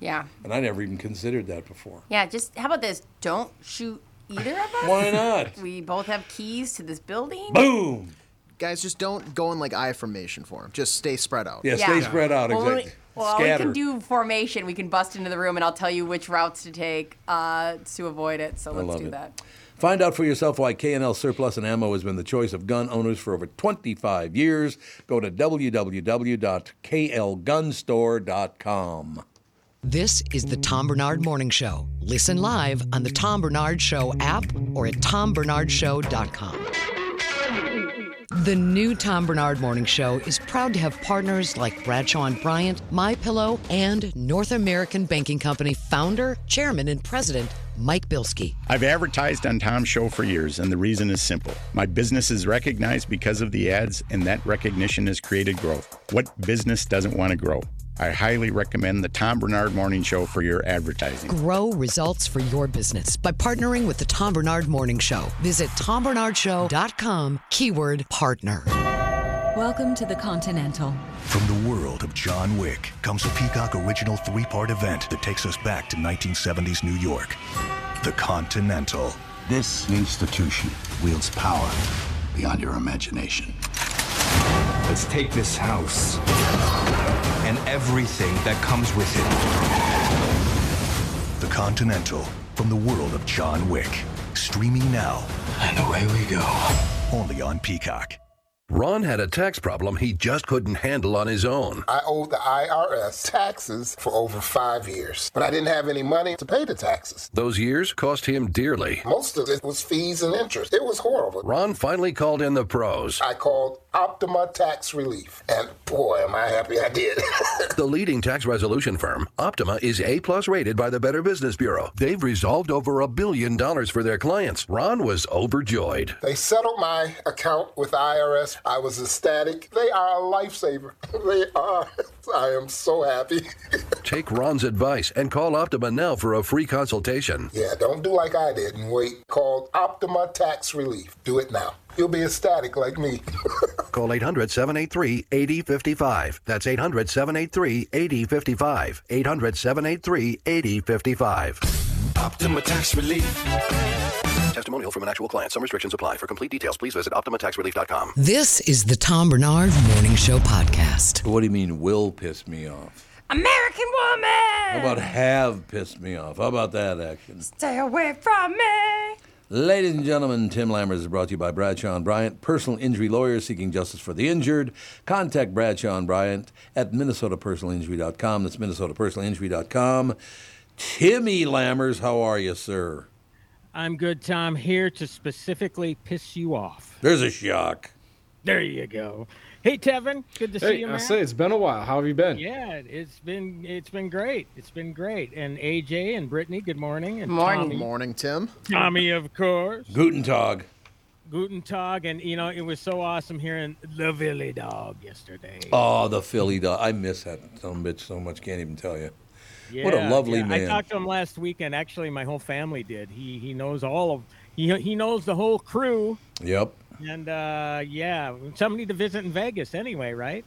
S4: Yeah.
S2: And I never even considered that before.
S4: Yeah, just how about this? Don't shoot either of us.
S2: Why not?
S4: We both have keys to this building.
S2: Boom.
S3: Guys, just don't go in like I formation form. Just stay spread out.
S2: Yeah, stay spread out,
S4: Well, when
S2: exactly.
S4: we, well, we
S3: Scatter.
S4: can do formation. We can bust into the room, and I'll tell you which routes to take uh, to avoid it. So
S2: I
S4: let's
S2: love
S4: do
S2: it.
S4: that.
S2: Find out for yourself why K&L Surplus and Ammo has been the choice of gun owners for over 25 years. Go to www.klgunstore.com.
S1: This is the Tom Bernard Morning Show. Listen live on the Tom Bernard Show app or at tombernardshow.com. The new Tom Bernard Morning Show is proud to have partners like Bradshaw and Bryant, My Pillow, and North American Banking Company founder, chairman, and president Mike Bilski.
S11: I've advertised on Tom's show for years, and the reason is simple. My business is recognized because of the ads, and that recognition has created growth. What business doesn't want to grow? I highly recommend the Tom Bernard Morning Show for your advertising.
S1: Grow results for your business by partnering with the Tom Bernard Morning Show. Visit tombernardshow.com, keyword partner.
S12: Welcome to the Continental.
S10: From the world of John Wick comes a Peacock original three part event that takes us back to 1970s New York The Continental. This institution wields power beyond your imagination.
S13: Let's take this house and everything that comes with it.
S10: The Continental from the world of John Wick. Streaming now. And away we go. Only on Peacock.
S14: Ron had a tax problem he just couldn't handle on his own.
S15: I owed the IRS taxes for over five years, but I didn't have any money to pay the taxes.
S14: Those years cost him dearly.
S15: Most of it was fees and interest. It was horrible.
S14: Ron finally called in the pros.
S15: I called Optima Tax Relief, and boy, am I happy I did.
S14: The leading tax resolution firm, Optima, is A plus rated by the Better Business Bureau. They've resolved over a billion dollars for their clients. Ron was overjoyed.
S15: they settled my account with the IRS. I was ecstatic. They are a lifesaver. they are. I am so happy.
S14: Take Ron's advice and call Optima now for a free consultation.
S15: Yeah, don't do like I did and wait. Called Optima Tax Relief. Do it now. You'll be ecstatic like me.
S14: Call 800 783 8055. That's 800 783 8055. 800 783 8055.
S13: Optima Tax Relief.
S14: Testimonial from an actual client. Some restrictions apply. For complete details, please visit OptimaTaxRelief.com.
S1: This is the Tom Bernard Morning Show podcast.
S2: What do you mean will piss me off?
S4: American woman,
S2: How about have pissed me off? How about that action?
S4: stay away from me.
S2: Ladies and gentlemen, Tim Lammers is brought to you by Bradshaw and Bryant, personal injury lawyers seeking justice for the injured. Contact Bradshaw and Bryant at minnesotapersonalinjury.com. That's minnesotapersonalinjury.com. Timmy Lammers, how are you, sir?
S16: I'm good, Tom. Here to specifically piss you off.
S2: There's a shock.
S16: There you go. Hey, Tevin. Good to see
S5: Hey,
S16: you,
S5: I
S16: man.
S5: say, it's been a while. How have you been?
S16: Yeah, it's been it's been great. It's been great. And AJ and Brittany, good morning. And Tommy,
S3: morning, Tim.
S16: Tommy, of course.
S2: Guten Tag.
S16: Guten Tag, and you know it was so awesome hearing the Villy Dog yesterday.
S2: Oh, the Philly dog. I miss that son of a bitch so much. Can't even tell you. what a
S16: Yeah,
S2: lovely
S16: yeah. I
S2: man.
S16: talked to him last weekend. Actually, my whole family did. He he knows all of he he knows the whole crew.
S2: yep.
S16: And uh, yeah, somebody to visit in Vegas anyway, right?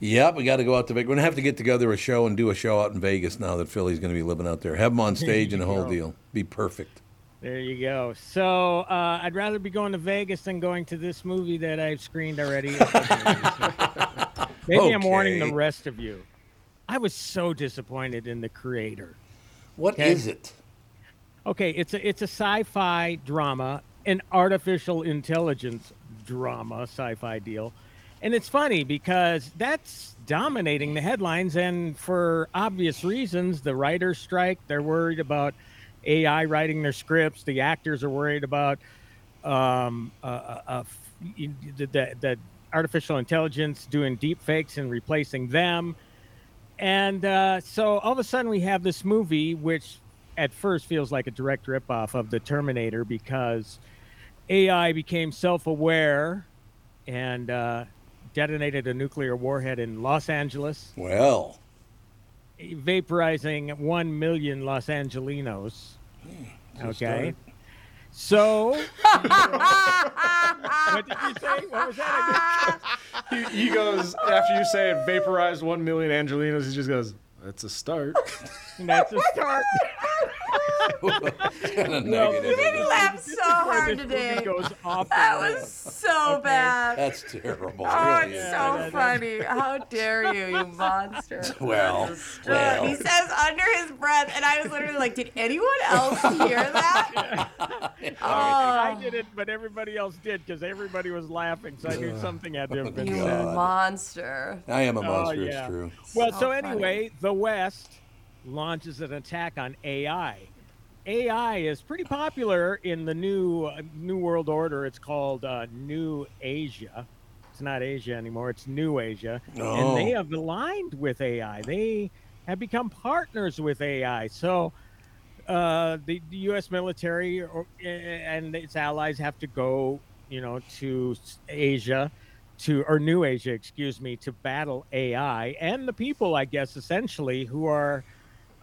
S2: Yep, we got to go out to Vegas. We're gonna have to get together a show and do a show out in Vegas now that Philly's gonna be living out there. Have him on
S16: There
S2: stage and
S16: you
S2: the whole
S16: go.
S2: deal. Be perfect.
S16: There you go. So uh, I'd rather be going to Vegas than going to this movie that I've screened already. Maybe I'm warning the
S2: Okay.
S16: rest of you. I was so disappointed in the creator.
S2: What
S16: What
S2: is
S16: is
S2: it?
S16: Okay, it's a it's a sci-fi drama, an artificial intelligence drama, sci-fi deal, and it's funny because that's dominating the headlines, and for obvious reasons, the writers' strike. They're worried about AI writing their scripts. The actors are worried about um, uh, uh, uh, f- y- y- the, the, the artificial intelligence doing deep fakes and replacing them. And uh, so all of a sudden we have this movie, which at first feels like a direct ripoff of the Terminator because AI became self-aware and uh, detonated a nuclear warhead in Los Angeles
S2: Well,
S16: vaporizing 1 million Los Angelinos.
S2: so
S16: Okay. So. what did you say? What was
S15: é
S16: that?
S5: He, he goes after you say it vaporized one million Angelinos. He just goes, "That's a start."
S16: That's a start.
S4: You made me laugh so hard today. That was so bad.
S2: That's terrible.
S4: Uh, Oh,
S2: It really
S4: it's
S2: is.
S4: so funny. How dare you, you monster.
S2: Well,
S4: Good.
S2: well.
S4: He says under his breath, and I was literally like, did anyone else hear that?
S16: I did it, but everybody else did because everybody was laughing, so I knew something had to have been
S4: You
S16: said.
S4: monster.
S2: I am a
S16: Oh,
S2: monster, it's
S16: yeah.
S2: true.
S16: Well,
S4: So
S16: so,
S4: funny.
S16: anyway, the West launches an attack on AI. AI is pretty popular in the new uh, New World Order. It's called uh, New Asia. It's not Asia anymore. It's New Asia,
S2: No.
S16: and they have aligned with AI. They have become partners with AI. So uh, the, the U.S. military or, and its allies have to go, you know, to s- Asia, to or New Asia, excuse me, to battle AI and the people, I guess, essentially who are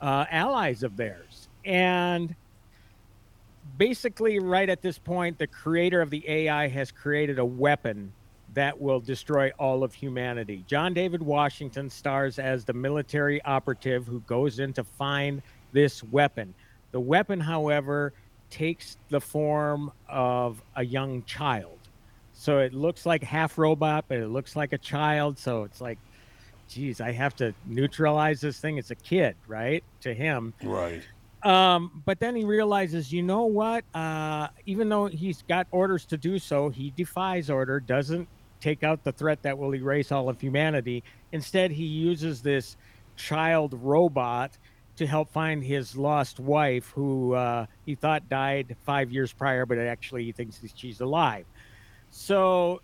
S16: uh, allies of theirs. And basically, right at this point, the creator of the AI has created a weapon that will destroy all of humanity. John David Washington stars as the military operative who goes in to find this weapon. The weapon, however, takes the form of a young child. So it looks like half robot, but it looks like a child. So it's like, geez, I have to neutralize this thing. It's a kid, right? To him.
S2: Right.
S16: Um, but then he realizes, you know what? Uh, even though he's got orders to do so, he defies order, doesn't take out the threat that will erase all of humanity. Instead, he uses this child robot to help find his lost wife, who uh, he thought died five years prior, but actually he thinks that she's alive. So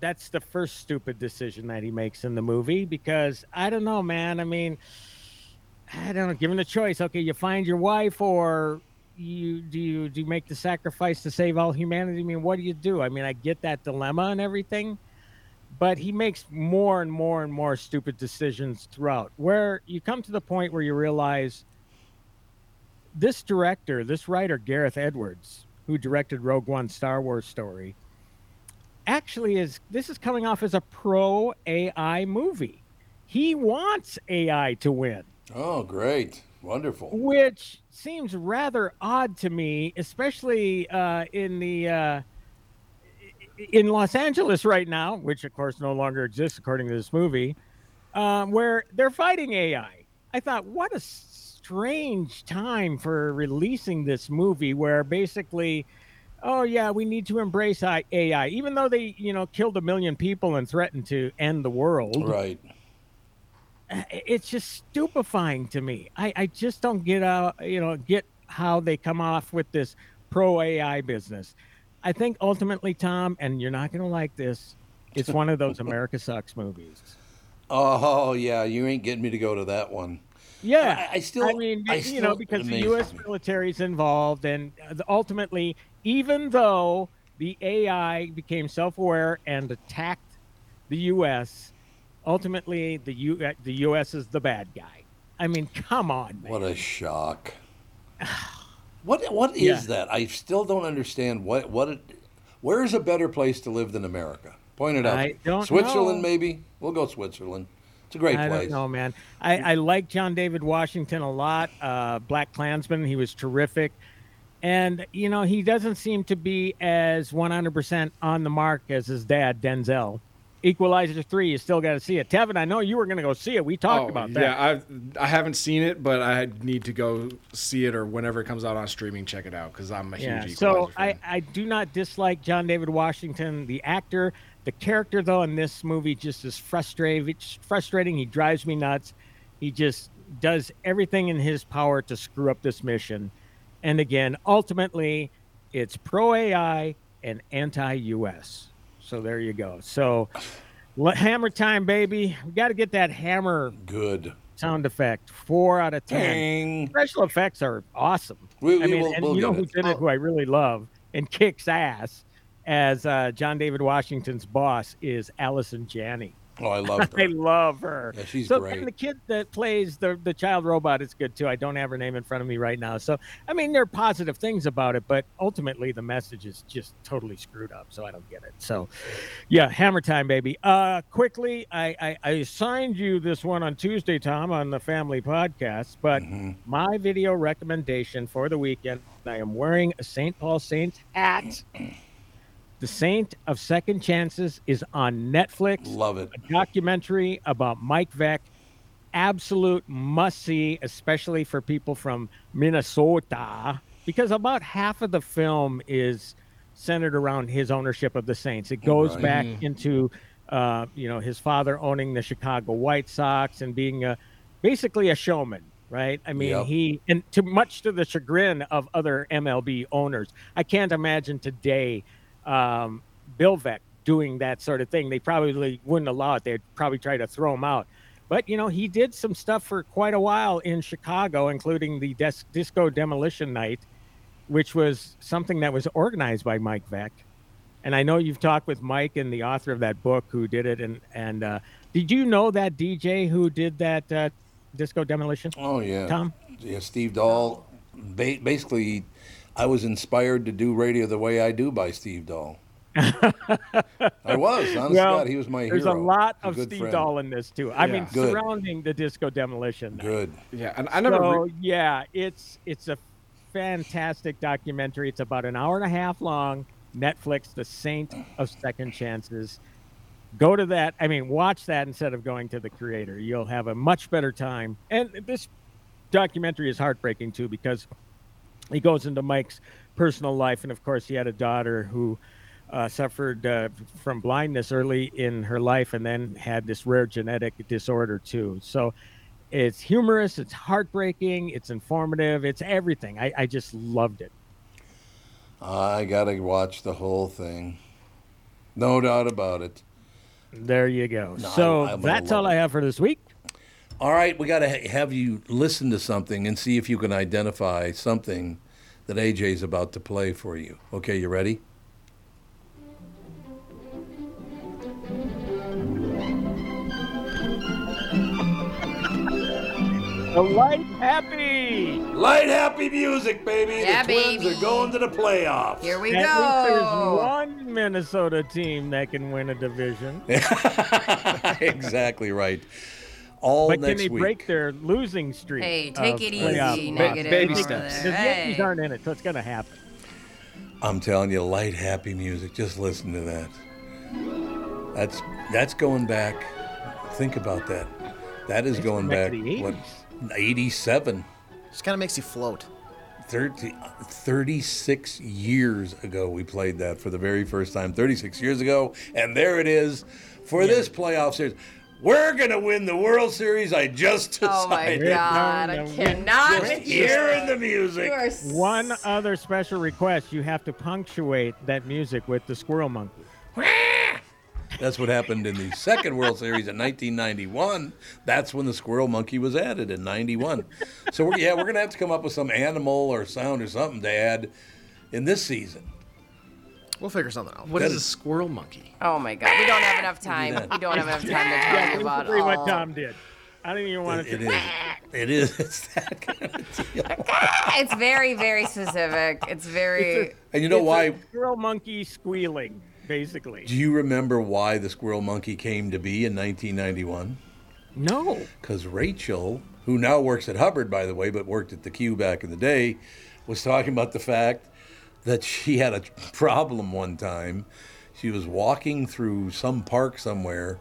S16: that's the first stupid decision that he makes in the movie because I don't know, man. I mean, I don't know. Given the choice, okay, you find your wife, or you do you do you make the sacrifice to save all humanity? I mean, what do you do? I mean, I get that dilemma and everything, but he makes more and more and more stupid decisions throughout. Where you come to the point where you realize this director, this writer, Gareth Edwards, who directed Rogue One, Star Wars story, actually is this is coming off as a pro AI movie. He wants AI to win.
S2: Oh, great. Wonderful.
S16: Which seems rather odd to me, especially uh, in the uh, in Los Angeles right now, which of course no longer exists according to this movie, uh, where they're fighting AI. I thought, what a strange time for releasing this movie, where basically, oh yeah, we need to embrace I- AI, even though they you know killed a million people and threatened to end the world
S2: Right.
S16: it's just stupefying to me. I, I just don't get out, you know, get how they come off with this pro AI business. I think ultimately, Tom, and you're not going to like this, it's one of those America Sucks movies.
S2: Oh, yeah. You ain't getting me to go to that one.
S16: Yeah,
S2: I, still,
S16: I mean,
S2: I
S16: you know,
S2: still-
S16: because the
S2: amazing.
S16: U.S. military is involved, and uh, the- ultimately, even though the AI became self-aware and attacked the U.S., ultimately the U. uh, the U.S. is the bad guy. I mean, come on,
S2: What a shock. What what is
S16: Yeah.
S2: that? I still don't understand what what it, Where's a better place to live than America? Point it out.
S16: I don't
S2: Switzerland,
S16: know.
S2: maybe. We'll go Switzerland. It's a great
S16: I
S2: place.
S16: don't know, man. I, I like John David Washington a lot. Uh, Black Klansman, he was terrific, and you know he doesn't seem to be as 100% on the mark as his dad Denzel. Equalizer three, you still got to see it. Tevin, I know you were going to go see it. We talked
S5: Oh,
S16: about that.
S5: Yeah, I've, I haven't seen it, but I need to go see it or whenever it comes out on streaming, check it out because I'm a huge
S16: yeah.
S5: Equalizer
S16: So I, I do not dislike John David Washington, the actor. The character, though, in this movie just is frustrating. Frustrating. He drives me nuts. He just does everything in his power to screw up this mission. And again, ultimately, it's pro AI and anti US. So there you go. So le- hammer time, baby. We got to get that hammer.
S2: Good.
S16: Sound effect. Four out of ten. Special effects are awesome.
S2: We-
S16: I
S2: we
S16: mean,
S2: will-
S16: and
S2: we'll
S16: you know
S2: get
S16: who
S2: it.
S16: did it? Who I really love and kicks ass as uh, John David Washington's boss is Allison Janney.
S2: Oh, I love her.
S16: I love her.
S2: Yeah, she's
S16: so,
S2: great.
S16: And the kid that plays the the child robot is good too. I don't have her name in front of me right now. So I mean, there are positive things about it, but ultimately the message is just totally screwed up. So I don't get it. So yeah, hammer time, baby. Uh, quickly, I, I I assigned you this one on Tuesday, Tom, on the family podcast. But my video recommendation for the weekend, I am wearing a St. Paul Saints hat. The Saint of Second Chances is on Netflix.
S2: Love it.
S16: A documentary about Mike Vec. Absolute must see, especially for people from Minnesota, because about half of the film is centered around his ownership of the Saints. It goes
S17: Right.
S16: back
S17: Mhm.
S16: into, uh, you know, his father owning the Chicago White Sox and being a, basically a showman, right? I mean,
S17: Yep.
S16: he and to much to the chagrin of other MLB owners. I can't imagine today um, Bill Veck doing that sort of thing. They probably wouldn't allow it. They'd probably try to throw him out. But you know, he did some stuff for quite a while in Chicago, including the Dis- disco demolition night, which was something that was organized by Mike Veck. And I know you've talked with Mike and the author of that book who did it. And and uh, did you know that DJ who did that uh, disco demolition?
S2: Oh yeah,
S16: Tom.
S2: Yeah, Steve Dahl. Ba- basically, I was inspired to do radio the way I do by Steve Dahl. I was. Honest to
S16: Well,
S2: God, he was my
S16: There's
S2: hero.
S16: a lot
S2: He's
S16: of
S2: good
S16: Steve
S2: friend.
S16: Dahl in this too. I
S2: Yeah.
S16: mean,
S2: Good.
S16: surrounding the disco demolition.
S2: Good.
S5: Yeah, and I never
S16: So,
S5: re-
S16: yeah, it's it's a fantastic documentary. It's about an hour and a half long. Netflix, The Saint of Second Chances. Go to that. I mean, watch that instead of going to the creator. You'll have a much better time. And this documentary is heartbreaking too because he goes into Mike's personal life, and of course, he had a daughter who uh, suffered uh, from blindness early in her life, and then had this rare genetic disorder too. So, it's humorous, it's heartbreaking, it's informative, it's everything. I, I just loved it.
S2: I gotta watch the whole thing. No doubt about it.
S16: There you go.
S2: No,
S16: so
S2: I- I'm gonna
S16: that's
S2: love
S16: all I have for this week.
S2: All right, we got to ha- have you listen to something and see if you can identify something that AJ's about to play for you. Okay, you ready?
S16: The light happy.
S2: Light happy music, baby.
S16: Yeah,
S2: the Twins
S16: baby.
S2: are going to the playoffs.
S4: Here
S16: At least there's one Minnesota team that can win a division.
S2: exactly right. All
S16: but can
S2: next
S16: they
S2: week.
S16: break their losing streak?
S4: Hey, take
S16: of
S4: it easy,
S16: playoff
S4: negative
S16: spots?
S4: Baby over steps.
S16: The
S4: there.
S16: Yankees
S4: Hey.
S16: aren't in it, so it's going to happen.
S2: I'm telling you, light, happy music. Just listen to that. That's that's going back. Think about that. That is going back.
S3: back to the
S2: what? 87. Just
S3: kind of makes you float.
S2: 30, 36 years ago, we played that for the very first time. 36 years ago, and there it is for this playoff series. We're gonna win the World Series. I just
S4: Oh my
S2: decided.
S4: God, I cannot
S2: Just
S4: with you.
S2: hearing the music.
S4: You are s-
S16: One other special request you have to punctuate that music with the squirrel monkey.
S2: That's what happened in the second World Series in 1991. That's when the squirrel monkey was added in 91. So, we're, yeah, we're going to have to come up with some animal or sound or something to add in this season.
S3: We'll figure something out.
S2: What is a
S5: squirrel monkey?
S4: Oh my God, we don't have enough
S2: do
S4: time.
S2: that.
S4: We don't have enough time to
S16: Yeah,
S4: talk about
S16: pretty
S4: all.
S16: what Tom did. I didn't even want
S2: It-
S16: to.
S2: it is. It is. It's that kind of deal.
S4: it's very, very specific. It's very.
S2: And you know
S16: It's a
S2: why?
S16: squirrel monkey squealing, basically.
S2: Do you remember why the squirrel monkey came to be in 1991?
S16: No.
S2: Because Rachel, who now works at Hubbard, by the way, but worked at the Q back in the day, was talking about the fact that she had a problem one time. She was walking through some park somewhere,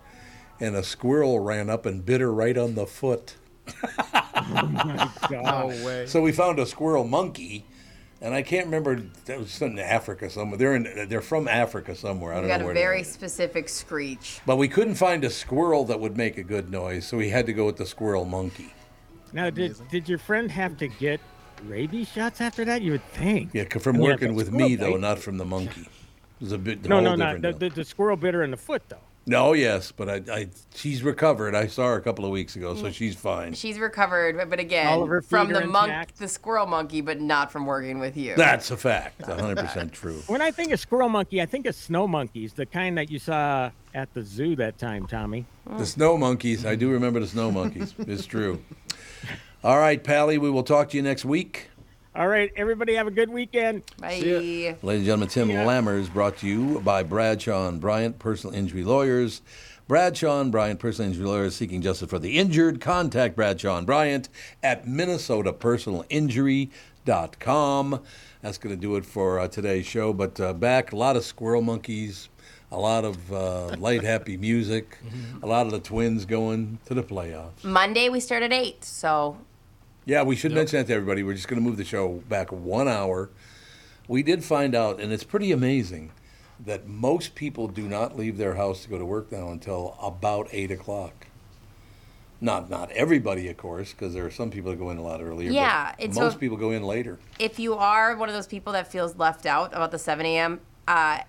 S2: and a squirrel ran up and bit her right on the foot.
S16: No way.
S2: So we found a squirrel monkey, and I can't remember. That was in Africa somewhere. They're in. They're from Africa somewhere. I
S4: You
S2: don't
S4: got
S2: know
S4: a
S2: where.
S4: very specific screech.
S2: But we couldn't find a squirrel that would make a good noise, so we had to go with the squirrel monkey.
S16: Now, did, did your friend have to get rabies shots after that? You would think.
S2: Yeah, c- from
S16: Yeah,
S2: working
S16: but
S2: with
S16: squirrel
S2: me though,
S16: monkey.
S2: not from the monkey. It was a bit
S16: no,
S2: whole
S16: no,
S2: different
S16: not the,
S2: deal.
S16: the, the squirrel bit her in the foot, though.
S2: No, yes, but I, I, she's recovered. I saw her a couple of weeks ago,
S16: Mm.
S2: so she's fine.
S4: She's recovered, but- but again,
S16: All of her feet
S4: from
S16: are
S4: the monk,
S16: intact.
S4: the squirrel monkey, but not from working with you.
S2: That's a fact. 100% true.
S16: When I think of squirrel monkey, I think of snow monkeys, the kind that you saw at the zoo that time, Tommy.
S4: Hmm.
S2: The snow monkeys. I do remember the snow monkeys. It's true. All right, Pally, we will talk to you next week.
S16: All right, everybody have a good weekend.
S4: Bye.
S2: Ladies and gentlemen, Tim Lammer is brought to you by Bradshaw and Bryant Personal Injury Lawyers. Bradshaw and Bryant Personal Injury Lawyers seeking justice for the injured. Contact Bradshaw and Bryant at minnesotapersonalinjury.com. That's going to do it for uh, today's show. But uh, back, a lot of squirrel monkeys, a lot of uh, light, happy music, a lot of the twins going to the playoffs.
S4: Monday we start at eight, so
S2: Yeah, we should mention that to everybody. We're just going to move the show back one hour. We did find out, and it's pretty amazing, that most people do not leave their house to go to work now until about eight o'clock. Not not everybody, of course, because there are some people that go in a lot earlier. but
S4: Yeah, and so-
S2: most people go in later.
S4: if you are one of those people that feels left out about the 7 a.m., uh,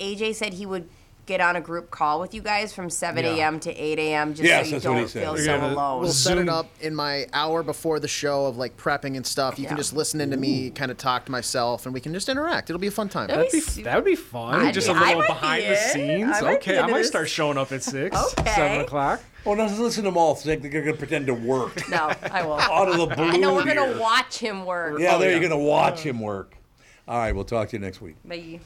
S4: AJ said he would get on a group call with you guys from 7
S3: Yeah.
S4: a.m. to 8 a.m. just
S2: Yes,
S4: so you
S2: that's what he
S4: don't
S2: said.
S4: feel
S2: We're
S4: so
S2: gonna-
S4: alone.
S3: We'll set it up in my hour before the show of like prepping and stuff. You can just listen in to me, kind of talk to myself, and we can just interact. It'll be a fun time.
S5: That'd be that would be fun.
S3: I'd
S5: Just
S3: be-
S5: a
S3: I
S5: little
S3: might be
S5: behind the
S3: in.
S5: scenes.
S3: I might be
S5: okay, I
S3: into
S5: might
S3: this.
S5: start showing up at six, seven o'clock.
S2: Well, Oh, now listen to them all. Think they're going to pretend to work.
S4: No, I won't.
S2: Out of the
S4: I know
S2: blue
S4: we're going
S2: here. Oh,
S4: to watch him Oh, work.
S2: Yeah, there you're going to watch him work. All right, we'll talk to you next week.
S4: Bye.